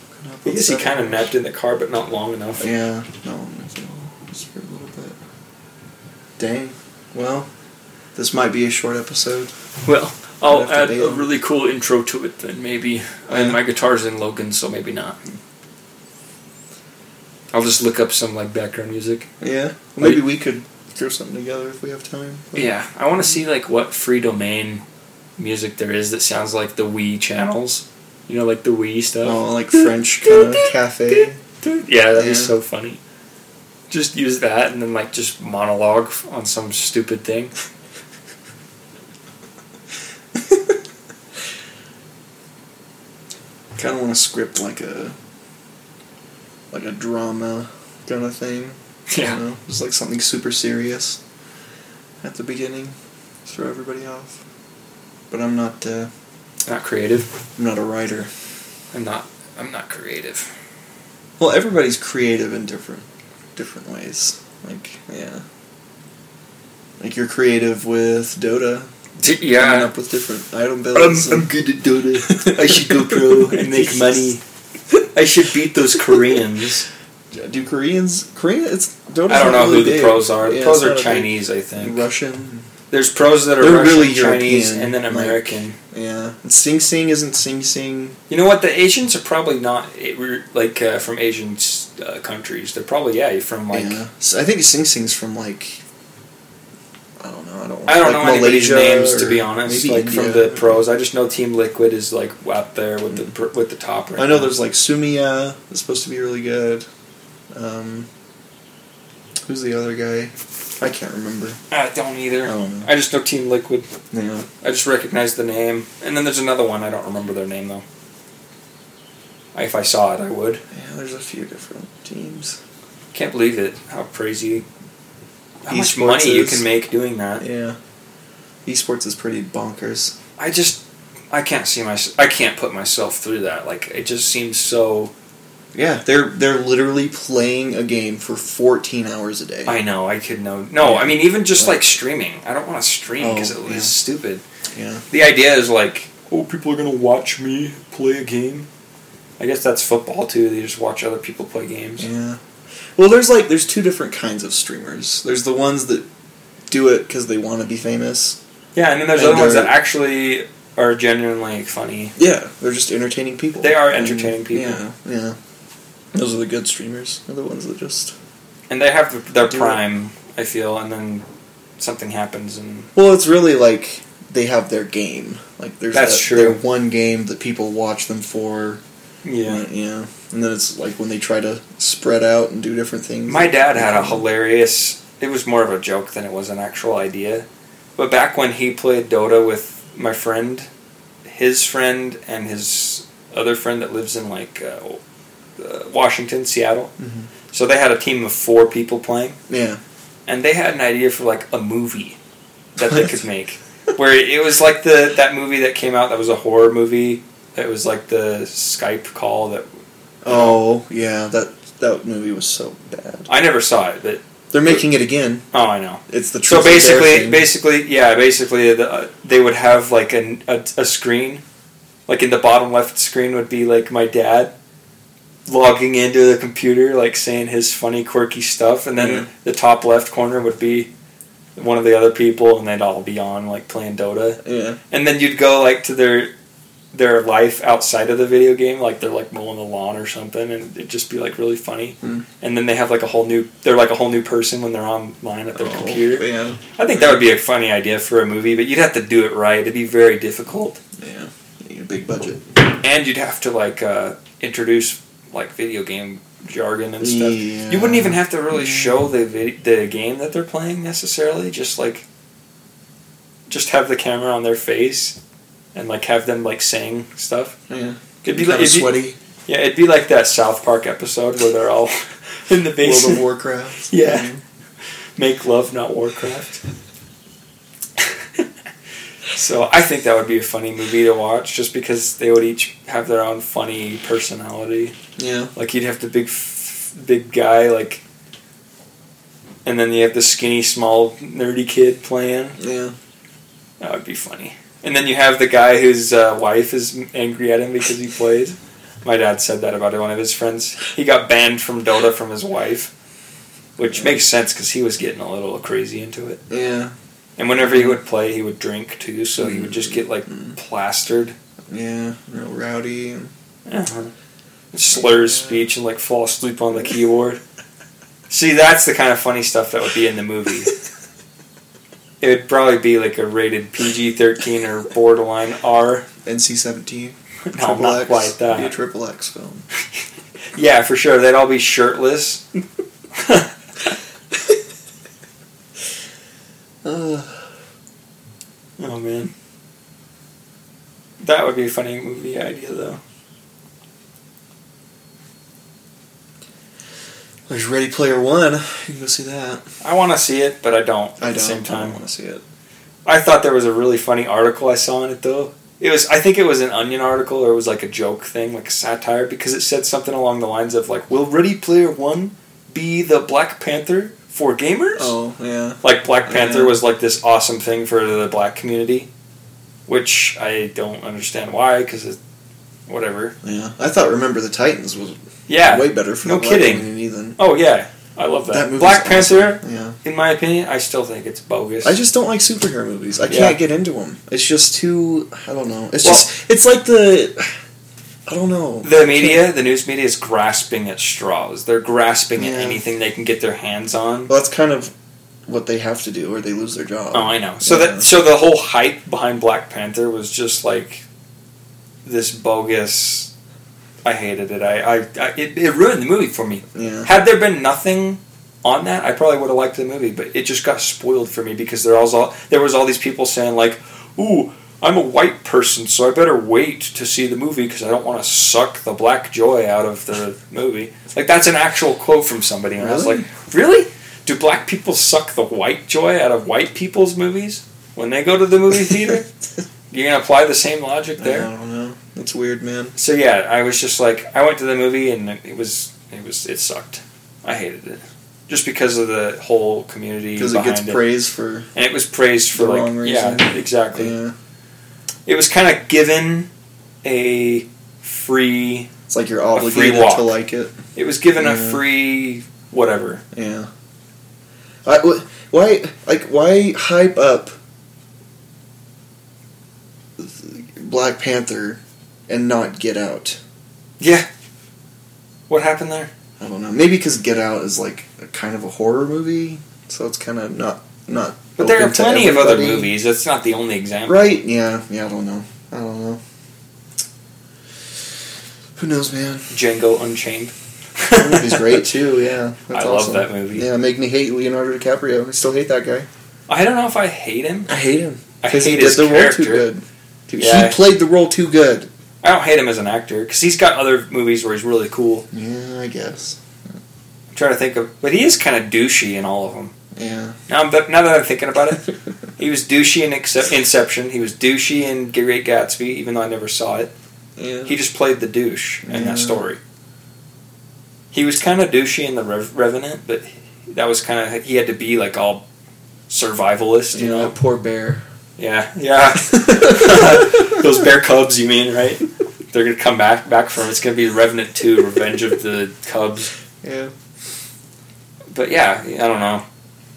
Speaker 2: I
Speaker 1: on
Speaker 2: guess he
Speaker 1: seven.
Speaker 2: kind of napped in the car, but not long enough.
Speaker 1: Yeah, no, not at all. Just for a little bit. Dang. Well, this might be a short episode.
Speaker 2: Well,
Speaker 1: We'll
Speaker 2: I'll
Speaker 1: have to
Speaker 2: add
Speaker 1: bail.
Speaker 2: a really cool intro to it then, maybe. And my guitar's in Logan, so maybe not. I'll just look up some like background music.
Speaker 1: Yeah.
Speaker 2: Well,
Speaker 1: Maybe
Speaker 2: you-
Speaker 1: we could throw something together if we have time.
Speaker 2: Yeah, I want to see like what free domain music there is that sounds like the Wii channels. You know, like the Wii stuff.
Speaker 1: Oh, like French kind of cafe.
Speaker 2: Yeah, that'd be
Speaker 1: Yeah.
Speaker 2: so funny. Just use that and then like just monologue f- on some stupid thing.
Speaker 1: Kind of want to script like a like a drama kind of thing.
Speaker 2: Yeah.
Speaker 1: You know? Just like something super serious at the beginning. Throw everybody off. But I'm not. Uh,
Speaker 2: Not creative.
Speaker 1: I'm not a writer.
Speaker 2: I'm not I'm not creative.
Speaker 1: Well, everybody's creative in different different ways. Like, yeah. Like you're creative with <laughs> Dota,
Speaker 2: D-
Speaker 1: coming
Speaker 2: <laughs> yeah.
Speaker 1: up with different item builds. and-
Speaker 2: good at
Speaker 1: <laughs>
Speaker 2: Dota.
Speaker 1: I should go pro and <laughs> make money.
Speaker 2: I should beat those Koreans.
Speaker 1: <laughs> Do Koreans? Korea? It's Dota's
Speaker 2: I
Speaker 1: not
Speaker 2: don't know
Speaker 1: really
Speaker 2: who the
Speaker 1: big.
Speaker 2: pros are. The
Speaker 1: Yeah,
Speaker 2: pros
Speaker 1: it's
Speaker 2: are
Speaker 1: not a big-
Speaker 2: Chinese, I think.
Speaker 1: Russian.
Speaker 2: There's pros that are
Speaker 1: They're
Speaker 2: Russian,
Speaker 1: really
Speaker 2: Chinese,
Speaker 1: European,
Speaker 2: and then
Speaker 1: like-
Speaker 2: American.
Speaker 1: Yeah. And Sing Sing isn't Sing Sing.
Speaker 2: you know what? The Asians are probably not eh, we're, like uh, from Asian s- uh, countries. They're probably yeah from like
Speaker 1: yeah. So I think Sing Sing's from like. I don't know. I don't.
Speaker 2: I
Speaker 1: like
Speaker 2: don't know anybody's
Speaker 1: Malaysia
Speaker 2: names to
Speaker 1: or
Speaker 2: be honest.
Speaker 1: maybe
Speaker 2: Like from
Speaker 1: India.
Speaker 2: the pros, I just know Team Liquid is like up there with the pr- with the top. Right
Speaker 1: I know
Speaker 2: now.
Speaker 1: there's like Sumia that's supposed to be really good. Um, who's the other guy? I can't remember.
Speaker 2: I don't either.
Speaker 1: I don't know.
Speaker 2: I just know Team Liquid.
Speaker 1: Yeah.
Speaker 2: I just recognize the name, and then there's another one. I don't remember their name though. If I saw it, I would.
Speaker 1: Yeah, there's a few different teams.
Speaker 2: Can't believe it. How crazy. How much
Speaker 1: Esports
Speaker 2: money you
Speaker 1: is-
Speaker 2: can make doing that.
Speaker 1: Yeah. Esports is pretty bonkers.
Speaker 2: I just, I can't see my, I can't put myself through that. Like it just seems so.
Speaker 1: Yeah, they're they're literally playing a game for 14 hours a day.
Speaker 2: I know I could know. No, I mean even just like streaming. I don't want to stream because
Speaker 1: Oh,
Speaker 2: it was
Speaker 1: yeah.
Speaker 2: stupid.
Speaker 1: Yeah.
Speaker 2: The idea is like, oh, people are gonna watch me play a game. I guess that's football too. They just watch other people play games.
Speaker 1: Yeah. Well, there's like there's two different kinds of streamers. There's the ones that do it cuz they want to be famous.
Speaker 2: Yeah, and then there's
Speaker 1: And
Speaker 2: other ones
Speaker 1: they're-
Speaker 2: that actually are genuinely funny.
Speaker 1: Yeah, they're just entertaining people.
Speaker 2: They are
Speaker 1: And,
Speaker 2: entertaining people.
Speaker 1: Yeah, yeah. Those are the good streamers. They're the ones that just.
Speaker 2: and they have th- their
Speaker 1: Do it.
Speaker 2: prime, I feel, and then something happens, and
Speaker 1: Well, it's really like they have their game. Like there's
Speaker 2: That's
Speaker 1: that,
Speaker 2: true.
Speaker 1: their one game that people watch them for.
Speaker 2: yeah.
Speaker 1: yeah. And then it's like when they try to spread out and do different things.
Speaker 2: My dad had a hilarious. It was more of a joke than it was an actual idea, but back when he played Dota with my friend, his friend and his other friend that lives in like uh, uh, Washington, Seattle.
Speaker 1: Mhm.
Speaker 2: So they had a team of four people playing.
Speaker 1: Yeah.
Speaker 2: and they had an idea for like a movie that they could make <laughs> where it was like the that movie that came out that was a horror movie that was like the Skype call that
Speaker 1: Oh yeah, that that movie was so bad.
Speaker 2: I never saw it but
Speaker 1: They're making it again.
Speaker 2: oh I know
Speaker 1: It's the truth
Speaker 2: so
Speaker 1: or dare
Speaker 2: basically
Speaker 1: thing.
Speaker 2: basically yeah basically the, uh, they would have like an, a, a screen like in the bottom left screen would be like my dad logging into
Speaker 1: Mm-hmm.
Speaker 2: the computer like saying his funny quirky stuff and then
Speaker 1: Yeah.
Speaker 2: the top left corner would be one of the other people, and they'd all be on like playing Dota.
Speaker 1: Yeah.
Speaker 2: And then you'd go like to their their life outside of the video game, like they're like mowing the lawn or something, and it'd just be like really funny.
Speaker 1: Mm.
Speaker 2: And then they have like a whole new they're like a whole new person when they're online at their
Speaker 1: Oh,
Speaker 2: computer.
Speaker 1: Yeah.
Speaker 2: I think that would be a funny idea for a movie, but you'd have to do it right. It'd be very difficult,
Speaker 1: Yeah. You need a big budget.
Speaker 2: and you'd have to like uh, introduce like video game jargon and stuff.
Speaker 1: Yeah.
Speaker 2: You wouldn't even have to really show the vid- the game that they're playing necessarily. Just like, just have the camera on their face, and like have them like saying stuff.
Speaker 1: Yeah.
Speaker 2: It'd be
Speaker 1: Kinda
Speaker 2: like it'd be- <laughs>
Speaker 1: sweaty.
Speaker 2: yeah, it'd be like that South Park episode where they're all <laughs> in the
Speaker 1: World of
Speaker 2: basement,
Speaker 1: Warcraft.
Speaker 2: <laughs> Yeah. make love, not Warcraft. <laughs> so I think that would be a funny movie to watch, just because they would each have their own funny personality.
Speaker 1: Yeah.
Speaker 2: Like you'd have the big, f- big guy like, and then you have the skinny, small, nerdy kid playing.
Speaker 1: Yeah.
Speaker 2: That would be funny. And then you have the guy whose uh, wife is angry at him because he plays. My dad said that about one of his friends. He got banned from Dota from his wife, which makes sense because he was getting a little crazy into it.
Speaker 1: Yeah.
Speaker 2: And whenever he would play, he would drink too, so he would just get like plastered,
Speaker 1: Yeah. Real rowdy.
Speaker 2: <laughs>
Speaker 1: and-
Speaker 2: Uh-huh. slur his speech, and like fall asleep on the keyboard. See, that's the kind of funny stuff that would be in the movie. It would probably be like a rated PG 13 or borderline R. <laughs>
Speaker 1: NC-17.
Speaker 2: No, not quite
Speaker 1: Be a
Speaker 2: that. <laughs>
Speaker 1: triple X film.
Speaker 2: Yeah, for sure. They'd all be shirtless.
Speaker 1: Uh,
Speaker 2: <laughs> Oh man, that would be a funny movie idea, though.
Speaker 1: there's Ready Player One. You can go see that.
Speaker 2: I want to see it, but I don't. At
Speaker 1: I don't.
Speaker 2: the same
Speaker 1: I
Speaker 2: time,
Speaker 1: want to see it.
Speaker 2: I thought there was a really funny article I saw on it though. It was, I think it was an Onion article or it was like a joke thing, like a satire, because it said something along the lines of like, "Will Ready Player One be the Black Panther for gamers?"
Speaker 1: Oh yeah.
Speaker 2: Like Black Panther
Speaker 1: Yeah.
Speaker 2: was like this awesome thing for the black community, which I don't understand why, because it, whatever.
Speaker 1: Yeah. I thought Remember the Titans was
Speaker 2: Yeah.
Speaker 1: way better for
Speaker 2: no
Speaker 1: the black
Speaker 2: kidding.
Speaker 1: community than
Speaker 2: Oh yeah, I love that.
Speaker 1: That movie's
Speaker 2: black
Speaker 1: awesome.
Speaker 2: Panther,
Speaker 1: yeah.
Speaker 2: in my opinion, I still think it's bogus.
Speaker 1: I just don't like superhero movies. I
Speaker 2: Yeah.
Speaker 1: can't get into them. It's just too. I don't know. It's
Speaker 2: Well-
Speaker 1: just. It's like the. I don't know.
Speaker 2: the media, the news media, is grasping at straws. They're grasping at
Speaker 1: Yeah.
Speaker 2: anything they can get their hands on.
Speaker 1: Well, that's kind of what they have to do, or they lose their job.
Speaker 2: Oh, I know. So
Speaker 1: Yeah.
Speaker 2: that so the whole hype behind Black Panther was just like this bogus. I hated it. I, I, I it, it ruined the movie for me.
Speaker 1: Yeah.
Speaker 2: Had there been nothing on that, I probably would have liked the movie, but it just got spoiled for me because there was all there was all these people saying like, "Ooh, I'm a white person, so I better wait to see the movie because I don't want to suck the black joy out of the movie." Like that's an actual quote from somebody, and I was
Speaker 1: Really?
Speaker 2: like, "Really? Do black people suck the white joy out of white people's movies when they go to the
Speaker 1: <laughs>
Speaker 2: movie theater?" You're gonna apply the same logic
Speaker 1: I
Speaker 2: there.
Speaker 1: don't know. That's weird, man.
Speaker 2: So yeah, I was just like, I went to the movie and it was it was it sucked. I hated it just because of the whole community
Speaker 1: Because it
Speaker 2: behind
Speaker 1: gets
Speaker 2: it,
Speaker 1: praise for.
Speaker 2: and it was praised for
Speaker 1: the
Speaker 2: like
Speaker 1: wrong reason.
Speaker 2: yeah, exactly.
Speaker 1: Yeah.
Speaker 2: It was kind of given a free.
Speaker 1: It's like you're
Speaker 2: free
Speaker 1: obligated
Speaker 2: walk.
Speaker 1: to like it.
Speaker 2: It was given a
Speaker 1: Yeah.
Speaker 2: free whatever.
Speaker 1: Yeah. I, wh- why like why hype up Black Panther and not Get Out?
Speaker 2: Yeah. What happened there?
Speaker 1: I don't know. Maybe because Get Out is like a kind of a horror movie, so it's kind of not not.
Speaker 2: But there are
Speaker 1: open to
Speaker 2: plenty of other
Speaker 1: everybody.
Speaker 2: movies. That's not the only example.
Speaker 1: right? Yeah, yeah. I don't know. I don't know. Who knows, man?
Speaker 2: Django Unchained.
Speaker 1: That movie's
Speaker 2: <laughs>
Speaker 1: great too. Yeah,
Speaker 2: I love that movie.
Speaker 1: Yeah, make me hate Leonardo DiCaprio. I still hate that guy.
Speaker 2: I don't know if I hate him.
Speaker 1: I hate him.
Speaker 2: I
Speaker 1: 'Cause
Speaker 2: hate
Speaker 1: he
Speaker 2: his
Speaker 1: did the
Speaker 2: character.
Speaker 1: role too good. Dude,
Speaker 2: Yeah.
Speaker 1: He played the role too good.
Speaker 2: I don't hate him as an actor because he's got other movies where he's really cool.
Speaker 1: Yeah, I guess.
Speaker 2: I'm trying to think of, but he is kind of douchey in all of them. <laughs>
Speaker 1: Yeah.
Speaker 2: Now, I'm, now that I'm
Speaker 1: <laughs>
Speaker 2: thinking about it, he was douchey in Excep- Inception. He was douchey in Great Gatsby, even though I never saw it.
Speaker 1: yeah.
Speaker 2: He just played the douche in
Speaker 1: Yeah.
Speaker 2: that story. He was kind of douchey in the Rev- Revenant, but that was kind of he had to be like all survivalist, you
Speaker 1: You know,
Speaker 2: know?
Speaker 1: that poor bear.
Speaker 2: Yeah,
Speaker 1: <laughs>
Speaker 2: yeah. <laughs> Those bear cubs, you mean, right? They're gonna come back back from it's gonna be Revenant Two: Revenge of the Cubs.
Speaker 1: Yeah.
Speaker 2: But yeah, I don't know.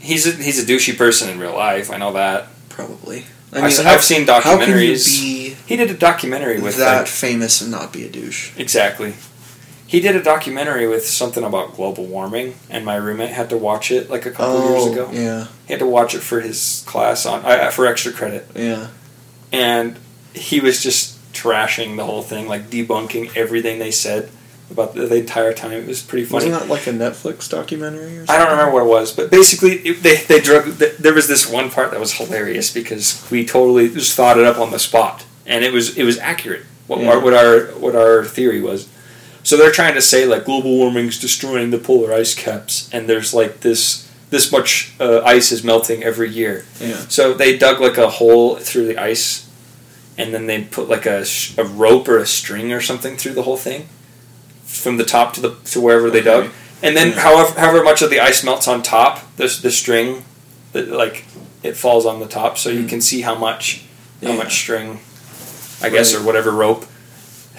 Speaker 2: he's a, he's a douchey person in real life. I know that.
Speaker 1: Probably.
Speaker 2: I've se- I've seen
Speaker 1: How can you
Speaker 2: documentaries
Speaker 1: be
Speaker 2: He did a documentary with
Speaker 1: that
Speaker 2: like-
Speaker 1: famous and not be a douche?
Speaker 2: exactly. He did a documentary with something about global warming, and my roommate had to watch it like a couple years ago.
Speaker 1: Oh, yeah,
Speaker 2: He had to watch it for his class on uh, for extra credit.
Speaker 1: yeah.
Speaker 2: and he was just trashing the whole thing, like debunking everything they said about the, the entire time. It was pretty funny.
Speaker 1: Wasn't that like a Netflix documentary or something?
Speaker 2: I don't remember what it was, but basically it, they they drug. th there was this one part that was hilarious because we totally just thought it up on the spot, and it was it was accurate. What
Speaker 1: Yeah.
Speaker 2: our, what our what our theory was. So they're trying to say like global warming's destroying the polar ice caps, and there's like this this much uh, ice is melting every year.
Speaker 1: Yeah.
Speaker 2: So they dug like a hole through the ice, and then they put like a, sh- a rope or a string or something through the whole thing, from the top to the to wherever they dug.
Speaker 1: Okay.
Speaker 2: And then
Speaker 1: Yeah.
Speaker 2: however however much of the ice melts on top, the the string, that like it falls on the top, so you can see how much how
Speaker 1: Mm. Yeah.
Speaker 2: much string, I guess,
Speaker 1: Right.
Speaker 2: or whatever rope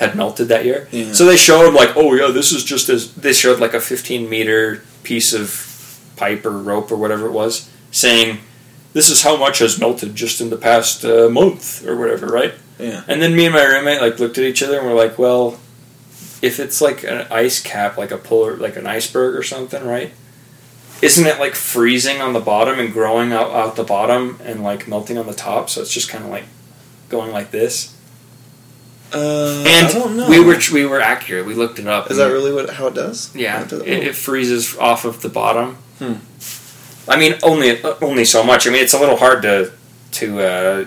Speaker 2: had melted that year.
Speaker 1: Yeah.
Speaker 2: So they showed like, oh yeah, this is just as they showed like a 15 meter piece of pipe or rope or whatever it was, saying, this is how much has melted just in the past uh, month or whatever, right?
Speaker 1: Yeah.
Speaker 2: And then me and my roommate like looked at each other and we're like, well, if it's like an ice cap, like a polar, like an iceberg or something, right? Isn't it like freezing on the bottom and growing out, out the bottom and like melting on the top? So it's just kind of like going like this.
Speaker 1: Uh,
Speaker 2: And
Speaker 1: I don't know.
Speaker 2: we were we were accurate. We looked it up.
Speaker 1: Is that really what how it does? How
Speaker 2: Yeah,
Speaker 1: it does- Oh.
Speaker 2: it, it freezes off of the bottom.
Speaker 1: Hmm.
Speaker 2: I mean, only uh, only so much. I mean, it's a little hard to to uh,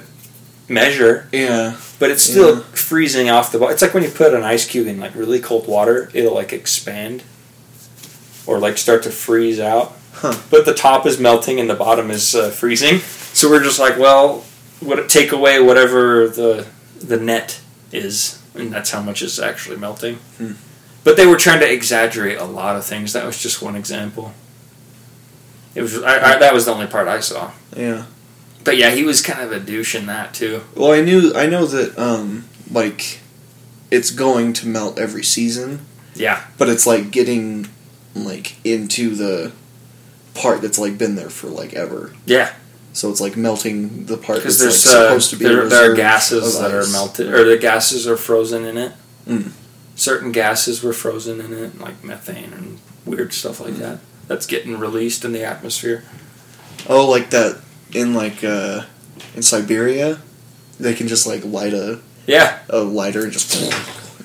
Speaker 2: measure,
Speaker 1: yeah.
Speaker 2: but it's still
Speaker 1: Yeah.
Speaker 2: freezing off the bottom. It's like when you put an ice cube in like really cold water, it'll like expand or like start to freeze out.
Speaker 1: Huh.
Speaker 2: But the top is melting and the bottom is uh, freezing. So we're just like, well, what take away whatever the the net is, and that's how much is actually melting.
Speaker 1: Hmm.
Speaker 2: But they were trying to exaggerate a lot of things. That was just one example. It was I, I, that was the only part I saw.
Speaker 1: Yeah.
Speaker 2: But yeah, he was kind of a douche in that too.
Speaker 1: Well, I knew I know that um like it's going to melt every season,
Speaker 2: Yeah,
Speaker 1: but it's like getting like into the part that's like been there for like ever.
Speaker 2: yeah.
Speaker 1: So it's like melting the part
Speaker 2: because
Speaker 1: that's
Speaker 2: there's
Speaker 1: like
Speaker 2: uh,
Speaker 1: supposed to be
Speaker 2: there,
Speaker 1: a
Speaker 2: there are
Speaker 1: reserve
Speaker 2: gases
Speaker 1: of
Speaker 2: that
Speaker 1: ice.
Speaker 2: are melted or the gases are frozen in it.
Speaker 1: Mm.
Speaker 2: Certain gases were frozen in it, like methane and weird stuff
Speaker 1: Hmm.
Speaker 2: like that. That's getting released in the atmosphere.
Speaker 1: Oh, like that in like uh in Siberia, they can just like light a,
Speaker 2: Yeah,
Speaker 1: a
Speaker 2: Oh,
Speaker 1: lighter and just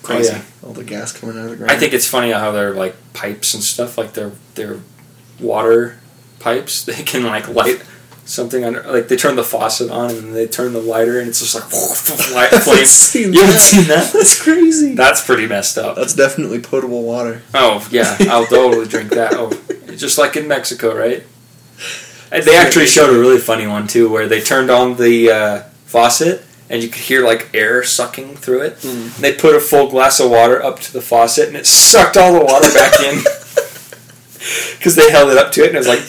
Speaker 1: crazy
Speaker 2: yeah.
Speaker 1: all the gas coming out of the ground.
Speaker 2: I think <laughs> it's funny how they're like pipes and stuff, like their their water pipes. <laughs> They can like light something under, like they turn the faucet on and they turn the lighter, and it's just like <laughs> light
Speaker 1: <laughs> I've
Speaker 2: flames.
Speaker 1: seen
Speaker 2: You haven't
Speaker 1: that.
Speaker 2: seen that?
Speaker 1: That's crazy.
Speaker 2: That's pretty messed up.
Speaker 1: That's definitely potable water.
Speaker 2: Oh yeah, I'll totally drink that. Oh, just like in Mexico, right? And They actually showed a really funny one too, where they turned on the uh, faucet and you could hear like air sucking through it.
Speaker 1: Mm.
Speaker 2: They put a full glass of water up to the faucet and it sucked all the water back
Speaker 1: <laughs>
Speaker 2: in because they held it up to it and it was like,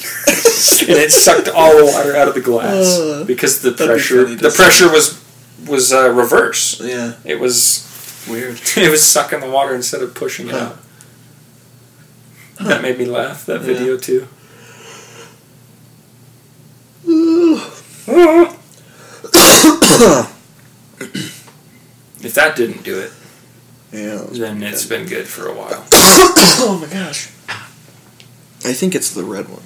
Speaker 2: and it sucked all the water out of the glass
Speaker 1: Uh,
Speaker 2: because the
Speaker 1: that'd be
Speaker 2: pressure
Speaker 1: funny to
Speaker 2: the
Speaker 1: see.
Speaker 2: pressure was was uh, reverse.
Speaker 1: Yeah,
Speaker 2: It was <laughs>
Speaker 1: weird.
Speaker 2: it was sucking the water instead of pushing it
Speaker 1: Huh.
Speaker 2: out. That made me laugh. That
Speaker 1: Yeah.
Speaker 2: video too. If that didn't do it,
Speaker 1: Yeah. that was
Speaker 2: then
Speaker 1: pretty
Speaker 2: it's
Speaker 1: good.
Speaker 2: been good for a while.
Speaker 1: Oh my gosh. I think it's the red one.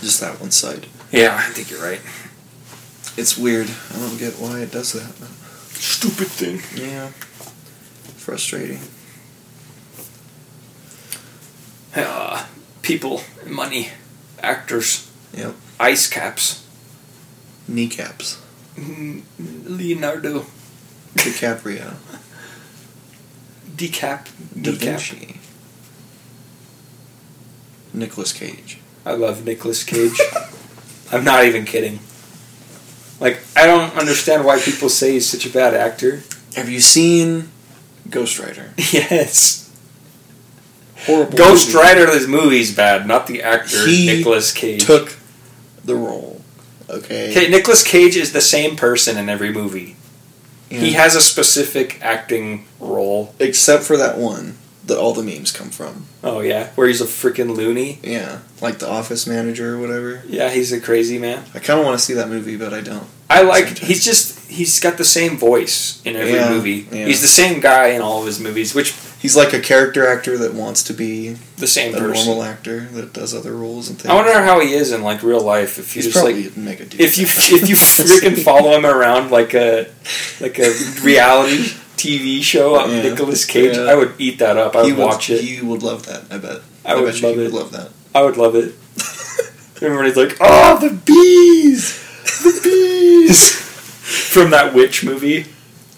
Speaker 1: Just that one side.
Speaker 2: Yeah, I think you're right.
Speaker 1: It's weird. I don't get why it does that. but-
Speaker 2: Stupid thing.
Speaker 1: Yeah. Frustrating.
Speaker 2: Uh, people, money, actors,
Speaker 1: Yep.
Speaker 2: ice caps.
Speaker 1: Kneecaps.
Speaker 2: Mm, Leonardo
Speaker 1: DiCaprio.
Speaker 2: decap.
Speaker 1: Da
Speaker 2: Decap.
Speaker 1: Vinci. Nicolas Cage.
Speaker 2: I love Nicolas Cage. <laughs> I'm not even kidding. Like, I don't understand why people say he's such a bad actor. <laughs>
Speaker 1: Have you seen Ghost Rider?
Speaker 2: Yes.
Speaker 1: Horrible.
Speaker 2: Ghost
Speaker 1: movie.
Speaker 2: Rider, this movie's bad, not the actor,
Speaker 1: He
Speaker 2: Nicolas Cage.
Speaker 1: took the role. Okay.
Speaker 2: okay, Nicolas Cage is the same person in every movie.
Speaker 1: Yeah.
Speaker 2: He has a specific acting role.
Speaker 1: Except for that one that all the memes come from.
Speaker 2: Oh yeah, where he's a freaking loony.
Speaker 1: Yeah, like the office manager or whatever.
Speaker 2: Yeah, he's a crazy man.
Speaker 1: I kind of want to see that movie, but I don't.
Speaker 2: I like.
Speaker 1: Sometimes.
Speaker 2: He's just. He's got the same voice in every
Speaker 1: Yeah,
Speaker 2: movie.
Speaker 1: yeah.
Speaker 2: He's the same guy in all of his movies, which
Speaker 1: He's like a character actor that wants to be
Speaker 2: the same
Speaker 1: a
Speaker 2: person.
Speaker 1: normal actor that does other roles and things.
Speaker 2: I wonder how he is in like real life. If you
Speaker 1: He's
Speaker 2: just
Speaker 1: probably
Speaker 2: like,
Speaker 1: a mega dude. <laughs>
Speaker 2: if you if you freaking follow him around like a like a reality TV show on
Speaker 1: Yeah.
Speaker 2: Nicolas Cage,
Speaker 1: Yeah.
Speaker 2: I would eat that up. I would,
Speaker 1: You
Speaker 2: watch it.
Speaker 1: You would love that. I bet.
Speaker 2: I would
Speaker 1: bet you,
Speaker 2: love
Speaker 1: you
Speaker 2: it.
Speaker 1: would love that.
Speaker 2: I would love it. <laughs> Remember when he's like, "Oh, the bees, the bees," <laughs> from that witch movie,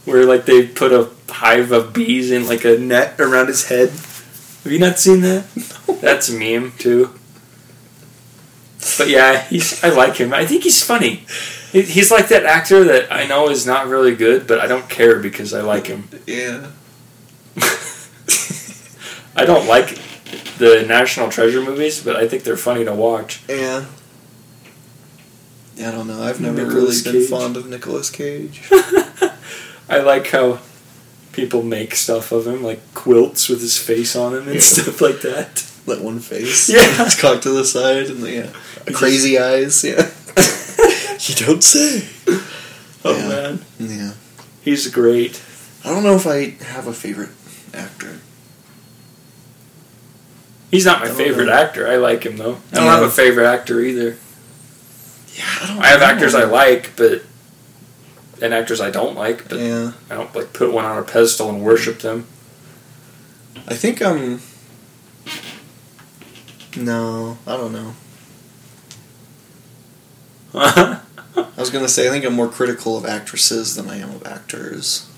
Speaker 2: where like they put a hive of bees in like a net around his head. Have you not seen that? That's a meme too. But yeah, he's I like him. I think he's funny. He- He's like that actor that I know is not really good, but I don't care because I like him.
Speaker 1: Yeah.
Speaker 2: <laughs> I don't like the National Treasure movies, but I think they're funny
Speaker 1: <laughs>
Speaker 2: to watch.
Speaker 1: Yeah. I don't know. I've never
Speaker 2: Nicolas
Speaker 1: really been
Speaker 2: Cage.
Speaker 1: fond of Nicolas Cage.
Speaker 2: I like how people make stuff of him, like quilts with his face on him and
Speaker 1: Yeah.
Speaker 2: stuff
Speaker 1: <laughs>
Speaker 2: like that.
Speaker 1: that one face.
Speaker 2: Yeah.
Speaker 1: <laughs> It's cocked to the side and the, yeah. Crazy eyes, yeah. you don't say.
Speaker 2: Oh
Speaker 1: Yeah.
Speaker 2: man,
Speaker 1: Yeah.
Speaker 2: he's great.
Speaker 1: I don't know if I have a favorite actor.
Speaker 2: He's not my
Speaker 1: I don't
Speaker 2: favorite
Speaker 1: know.
Speaker 2: actor. I like him though. I don't
Speaker 1: Yeah. Oh,
Speaker 2: have a favorite actor either.
Speaker 1: Yeah, I don't
Speaker 2: I have
Speaker 1: know.
Speaker 2: actors I like, but and actors I don't like, but
Speaker 1: Yeah.
Speaker 2: I don't like put one on a pedestal and worship them. <laughs>
Speaker 1: I think I'm. No, I don't know.
Speaker 2: I
Speaker 1: I was gonna say I think I'm more critical of actresses than I am of actors,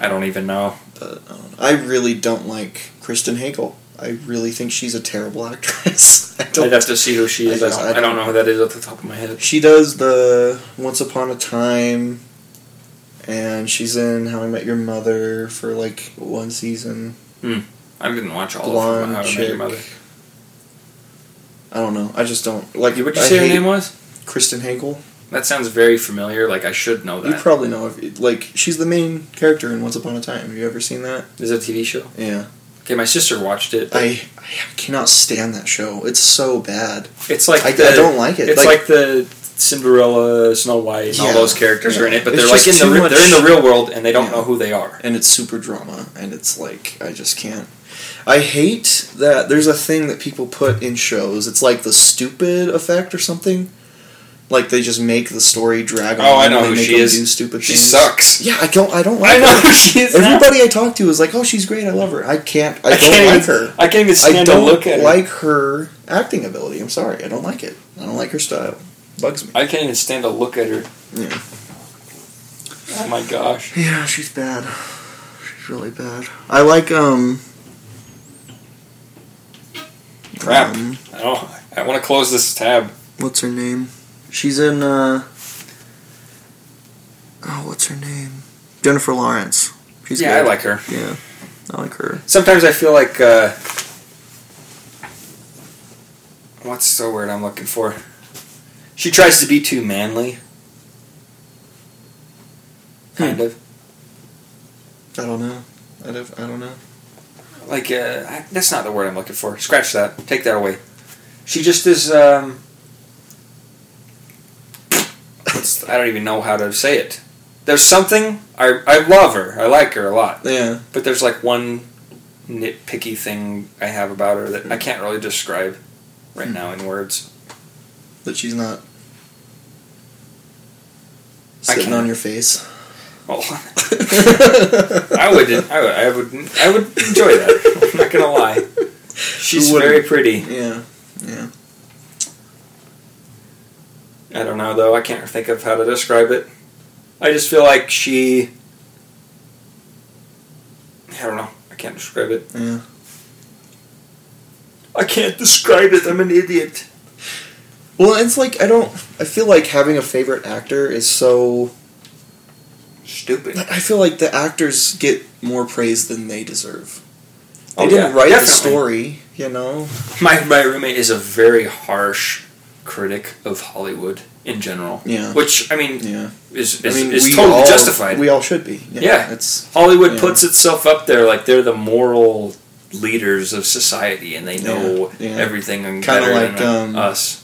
Speaker 2: don't even know.
Speaker 1: but I, don't know. I really don't like Kristen Hagel. I really think she's a terrible actress. <laughs> I
Speaker 2: I'd
Speaker 1: don't.
Speaker 2: have to see who she
Speaker 1: I
Speaker 2: is. I
Speaker 1: just-
Speaker 2: don't,
Speaker 1: I
Speaker 2: I don't know who that is off the top of my head.
Speaker 1: She does the Once Upon a Time, and she's in How I Met Your Mother for like one season.
Speaker 2: I didn't watch all of
Speaker 1: Blonde
Speaker 2: them. Oh, How I Met
Speaker 1: chick.
Speaker 2: Your Mother.
Speaker 1: I don't know. I just don't like.
Speaker 2: What'd you
Speaker 1: I
Speaker 2: say her
Speaker 1: hate
Speaker 2: name was?
Speaker 1: Kristen Hagel.
Speaker 2: That sounds very familiar. Like I should know
Speaker 1: You
Speaker 2: Oh, that.
Speaker 1: probably know. If, like she's the main character in Once Upon a Time. Have you ever seen that?
Speaker 2: Is it a TV show?
Speaker 1: Yeah.
Speaker 2: Okay, my sister watched it.
Speaker 1: I I cannot stand that show. It's so bad.
Speaker 2: it's like
Speaker 1: I,
Speaker 2: the,
Speaker 1: I don't like it.
Speaker 2: It's like, the Cinderella, Snow White, and
Speaker 1: Yeah.
Speaker 2: all those characters are in it, but
Speaker 1: It's
Speaker 2: they're like
Speaker 1: just
Speaker 2: in the
Speaker 1: too
Speaker 2: re-
Speaker 1: much-
Speaker 2: they're in the real world and they don't
Speaker 1: Yeah.
Speaker 2: know who they are.
Speaker 1: and it's super drama and it's like i just can't i hate that there's a thing that people put in shows it's like the stupid effect or something like they just make the story drag on
Speaker 2: Oh, I
Speaker 1: and
Speaker 2: know
Speaker 1: they
Speaker 2: who
Speaker 1: make
Speaker 2: she
Speaker 1: them
Speaker 2: is.
Speaker 1: do stupid
Speaker 2: She
Speaker 1: things.
Speaker 2: sucks.
Speaker 1: yeah i don't i don't like
Speaker 2: I know
Speaker 1: her.
Speaker 2: who she is. now.
Speaker 1: everybody i talk to is like oh she's great i love her i can't i,
Speaker 2: I
Speaker 1: don't
Speaker 2: can't
Speaker 1: like
Speaker 2: even,
Speaker 1: her
Speaker 2: I can't even
Speaker 1: i
Speaker 2: stand to
Speaker 1: don't
Speaker 2: look at her.
Speaker 1: like her acting ability i'm sorry i don't like it i don't like her style bugs me
Speaker 2: I can't even stand to look at her.
Speaker 1: Yeah.
Speaker 2: Oh my gosh.
Speaker 1: Yeah, she's bad. She's really bad. I like um.
Speaker 2: Crap.
Speaker 1: um,
Speaker 2: Oh, I want to close this tab.
Speaker 1: what's her name? She's in uh. Oh, what's her name? Jennifer Lawrence. She's
Speaker 2: yeah,
Speaker 1: good.
Speaker 2: I like her.
Speaker 1: Yeah, I like her.
Speaker 2: Sometimes I feel like uh, what's the word I'm looking for? She tries to be too manly. Kind of
Speaker 1: I don't know. I don't. I don't know.
Speaker 2: like uh, I- that's not the word I'm looking for. Scratch that. Take that away. She just is. Um, what's, I don't even know how to say it. There's something I I love her. I like her a lot.
Speaker 1: <laughs> Yeah.
Speaker 2: But there's like one nitpicky thing I have about her that I can't really describe right now in words.
Speaker 1: But she's not.
Speaker 2: I
Speaker 1: Sitting
Speaker 2: can't-
Speaker 1: on your face.
Speaker 2: Well, <laughs> Oh. I would, I would, I would, I would enjoy that. I'm not gonna lie. She's
Speaker 1: Who wouldn't?
Speaker 2: very pretty.
Speaker 1: Yeah. Yeah.
Speaker 2: I don't know though. I can't think of how to describe it. I just feel like she. I don't know. I can't describe it.
Speaker 1: Yeah.
Speaker 2: I can't describe it. I'm an idiot.
Speaker 1: Well, it's like I don't. I feel like having a favorite actor is so.
Speaker 2: Stupid.
Speaker 1: I feel like the actors get more praise than they deserve. They
Speaker 2: Oh,
Speaker 1: didn't
Speaker 2: yeah,
Speaker 1: write the
Speaker 2: definitely.
Speaker 1: story, you know.
Speaker 2: My my roommate is a very harsh critic of Hollywood in general.
Speaker 1: Yeah.
Speaker 2: Which I mean
Speaker 1: Yeah,
Speaker 2: is
Speaker 1: I
Speaker 2: is,
Speaker 1: mean,
Speaker 2: is
Speaker 1: we
Speaker 2: totally
Speaker 1: all,
Speaker 2: justified.
Speaker 1: We all should be. Yeah,
Speaker 2: Yeah.
Speaker 1: it's
Speaker 2: Hollywood
Speaker 1: Yeah.
Speaker 2: puts itself up there like they're the moral leaders of society and they know
Speaker 1: Yeah, yeah.
Speaker 2: everything and
Speaker 1: Kinda
Speaker 2: better
Speaker 1: like,
Speaker 2: than
Speaker 1: um,
Speaker 2: us.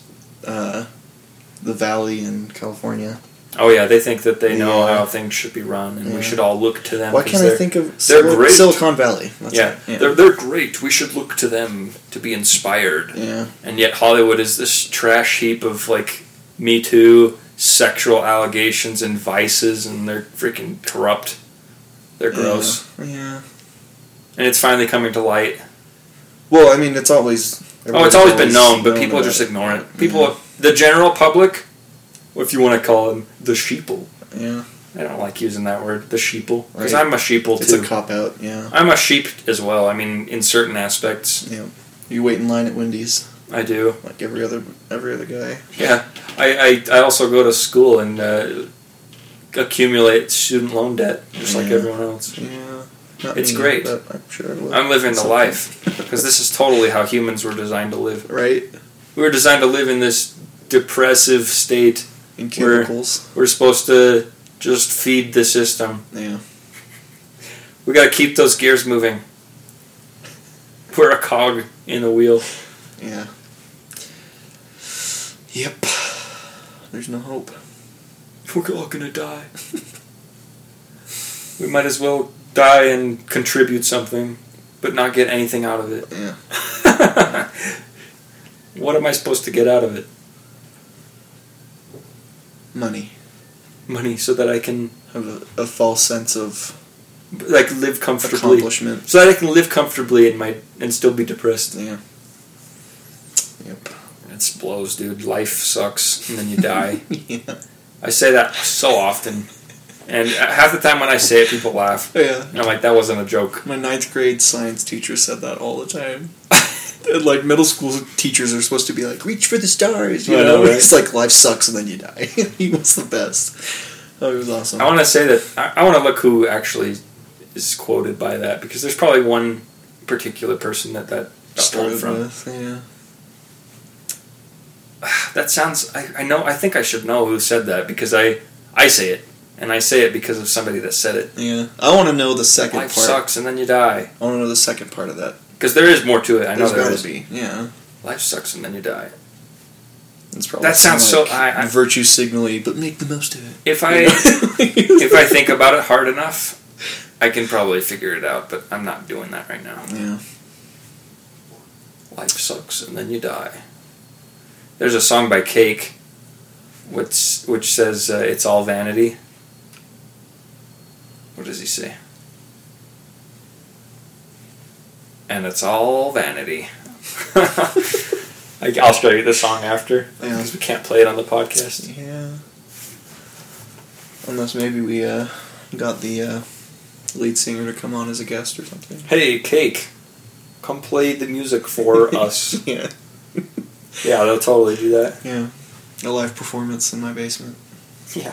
Speaker 1: uh, the valley in California.
Speaker 2: Oh yeah, they think that they know
Speaker 1: Yeah.
Speaker 2: how things should be run and
Speaker 1: Yeah.
Speaker 2: we should all look to them.
Speaker 1: Why
Speaker 2: 'cause
Speaker 1: can't I
Speaker 2: they're-
Speaker 1: think of Sil-
Speaker 2: great.
Speaker 1: Silicon Valley? That's
Speaker 2: yeah,
Speaker 1: it.
Speaker 2: they're they're great. We should look to them to be inspired.
Speaker 1: yeah.
Speaker 2: And yet Hollywood is this trash heap of like Me Too sexual allegations and vices, and they're freaking corrupt. They're gross,
Speaker 1: Yeah. yeah.
Speaker 2: and it's finally coming to light.
Speaker 1: Well, I mean, it's always.
Speaker 2: Oh,
Speaker 1: everybody's
Speaker 2: it's always been known, but people
Speaker 1: about
Speaker 2: just
Speaker 1: it.
Speaker 2: ignore it. People, the general public, if you want to call them the sheeple.
Speaker 1: Yeah.
Speaker 2: I don't like using that word, the sheeple, because
Speaker 1: Right.
Speaker 2: I'm a sheeple
Speaker 1: It's
Speaker 2: too.
Speaker 1: a cop out. Yeah.
Speaker 2: I'm a sheep as well. I mean, in certain aspects,
Speaker 1: Yeah. You wait in line at Wendy's
Speaker 2: I do.
Speaker 1: like every other every other guy.
Speaker 2: Yeah, I, I, I also go to school and uh, accumulate student loan debt, just like
Speaker 1: Yeah.
Speaker 2: everyone else.
Speaker 1: Yeah. Not
Speaker 2: It's
Speaker 1: me,
Speaker 2: great.
Speaker 1: But I'm sure I will.
Speaker 2: I'm living the
Speaker 1: Something.
Speaker 2: life because this is totally how humans were designed to
Speaker 1: <laughs>
Speaker 2: live.
Speaker 1: right
Speaker 2: We were designed to live in this depressive state.
Speaker 1: in
Speaker 2: We're-
Speaker 1: cubicles.
Speaker 2: We're supposed to just feed the system.
Speaker 1: Yeah.
Speaker 2: We got to keep those gears moving. We're a cog in the wheel.
Speaker 1: Yeah. Yep. There's no hope.
Speaker 2: We're all gonna die. <laughs> we might as well die and contribute something, but not get anything out of it.
Speaker 1: Yeah.
Speaker 2: <laughs> what am I supposed to get out of it?
Speaker 1: Money.
Speaker 2: Money, so that I can
Speaker 1: Have a, a false sense of
Speaker 2: like live comfortably,
Speaker 1: accomplishment.
Speaker 2: so that I can live comfortably and my and still be depressed.
Speaker 1: Yeah. Yep.
Speaker 2: It blows, dude. Life sucks, and then you die.
Speaker 1: <laughs> yeah.
Speaker 2: I say that so often, and half the time when I say it, people laugh.
Speaker 1: Yeah.
Speaker 2: And I'm like, that wasn't a joke.
Speaker 1: My ninth grade science teacher said that all the time. <laughs> And, like middle school teachers are supposed to be like, reach for the stars, you
Speaker 2: I
Speaker 1: know.
Speaker 2: know, right?
Speaker 1: It's like life sucks and then you die. <laughs> he was the best. Oh, he was awesome.
Speaker 2: I want to say that I, I want to look who actually is quoted by that because there's probably one particular person that that
Speaker 1: Started
Speaker 2: started from.
Speaker 1: with, yeah.
Speaker 2: <sighs> That sounds. I, I know. I think I should know who said that because I I say it and I say it because of somebody that said it.
Speaker 1: Yeah. I want to know the second
Speaker 2: Life
Speaker 1: part.
Speaker 2: sucks and then you die
Speaker 1: I want to know the second part of that.
Speaker 2: because there is more to it. I know
Speaker 1: There's
Speaker 2: there
Speaker 1: got
Speaker 2: is.
Speaker 1: to be. Yeah.
Speaker 2: Life sucks and then you die.
Speaker 1: It's probably
Speaker 2: That sounds
Speaker 1: some,
Speaker 2: so-
Speaker 1: like,
Speaker 2: I- I-
Speaker 1: virtue signally, but make the most of it.
Speaker 2: If I
Speaker 1: <laughs>
Speaker 2: if
Speaker 1: if
Speaker 2: I think about it hard enough, I can probably figure it out. But I'm not doing that right now.
Speaker 1: yeah,
Speaker 2: Life sucks and then you die. There's a song by Cake, which which says uh, it's all vanity. What does he say? And it's all vanity. <laughs> I- I'll show you the song after
Speaker 1: Yeah.
Speaker 2: because we can't play it on the podcast.
Speaker 1: yeah. Unless maybe we uh, got the uh, lead singer to come on as a guest or something.
Speaker 2: Hey, Cake, come play the music for us.
Speaker 1: <laughs> yeah.
Speaker 2: Yeah, they'll totally do that.
Speaker 1: Yeah. A live performance in my basement. <laughs>
Speaker 2: Yeah,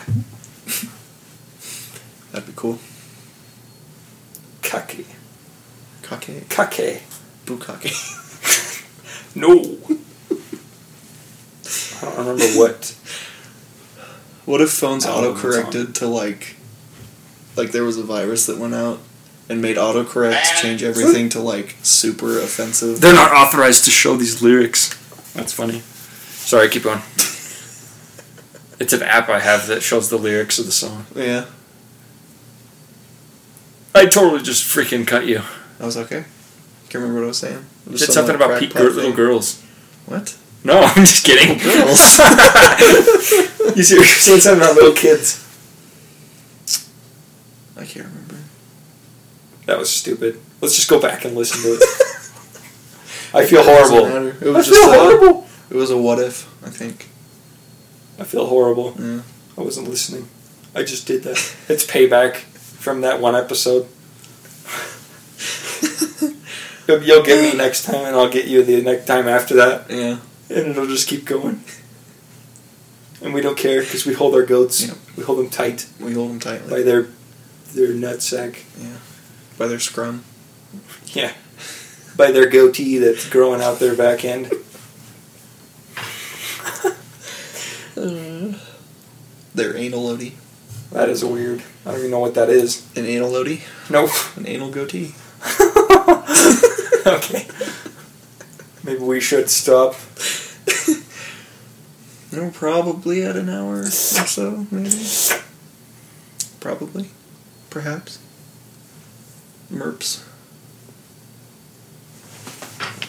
Speaker 1: That'd be cool.
Speaker 2: kake,
Speaker 1: Kake.
Speaker 2: kake.
Speaker 1: Bukake.
Speaker 2: No. I don't remember what.
Speaker 1: <laughs> What if phones
Speaker 2: I don't know
Speaker 1: auto
Speaker 2: that
Speaker 1: corrected to like like there was a virus that went out and made autocorrect change everything to like super offensive?
Speaker 2: Ah. They're not authorized to show these lyrics. That's funny. Sorry, keep going. It's an app I have that shows the lyrics of the song.
Speaker 1: Yeah.
Speaker 2: I totally just freaking cut you.
Speaker 1: That was okay. Can't remember what I was saying. It
Speaker 2: You
Speaker 1: was
Speaker 2: said
Speaker 1: some,
Speaker 2: something
Speaker 1: like,
Speaker 2: about Pete
Speaker 1: crackpot
Speaker 2: Gert little
Speaker 1: thing.
Speaker 2: girls.
Speaker 1: What?
Speaker 2: No, <laughs> I'm just kidding. <laughs>
Speaker 1: Girls. <laughs>
Speaker 2: you see, you're saying something about little kids.
Speaker 1: I can't remember.
Speaker 2: That was stupid. Let's just go back and listen to it. I feel horrible.
Speaker 1: It, it
Speaker 2: I
Speaker 1: was just
Speaker 2: feel
Speaker 1: a,
Speaker 2: horrible.
Speaker 1: <laughs> it was a what if, I think.
Speaker 2: I feel horrible. <laughs>
Speaker 1: Yeah.
Speaker 2: I wasn't listening. I just did that. It's payback from that one episode. You'll you'll get me next time, and I'll get you the next time after that,
Speaker 1: Yeah.
Speaker 2: and it'll just keep going. And we don't care because we hold our goats.
Speaker 1: Yep.
Speaker 2: We hold them tight
Speaker 1: We hold them
Speaker 2: by
Speaker 1: tightly
Speaker 2: their their nutsack.
Speaker 1: by their scrum.
Speaker 2: Yeah, by their goatee that's growing out their back end.
Speaker 1: Their analody.
Speaker 2: That is weird. I <laughs> don't even know what that is.
Speaker 1: An analody?
Speaker 2: Nope.
Speaker 1: An anal goatee.
Speaker 3: okay. Maybe we should stop.
Speaker 1: We're probably at an hour or so, maybe. Probably. Perhaps.
Speaker 2: <laughs>
Speaker 1: Merps.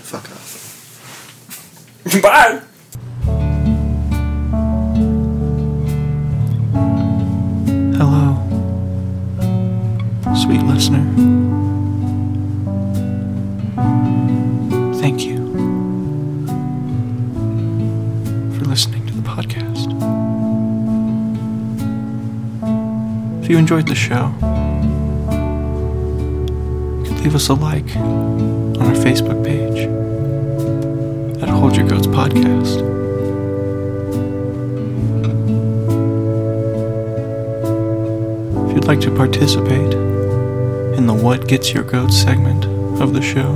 Speaker 1: Fuck off.
Speaker 3: Bye.
Speaker 1: Hello, sweet listener. Thank you for listening to the podcast. If you enjoyed the show, you could leave us a like on our Facebook page at Hold Your Goats Podcast. If you'd like to participate in the What Gets Your Goat segment of the show,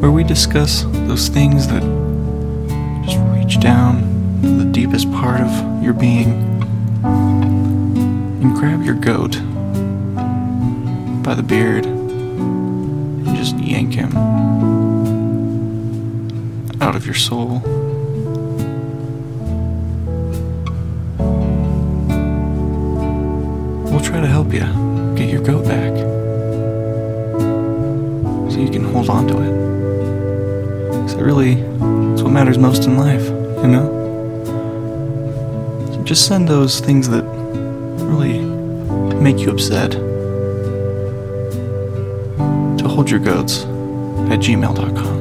Speaker 1: where we discuss those things that just reach down to the deepest part of your being and grab your goat by the beard and just yank him out of your soul. We'll try to help you get your goat back so you can hold on to it. Because it really it's what matters most in life, you know? So just send those things that really make you upset to hold your goats at gmail.com.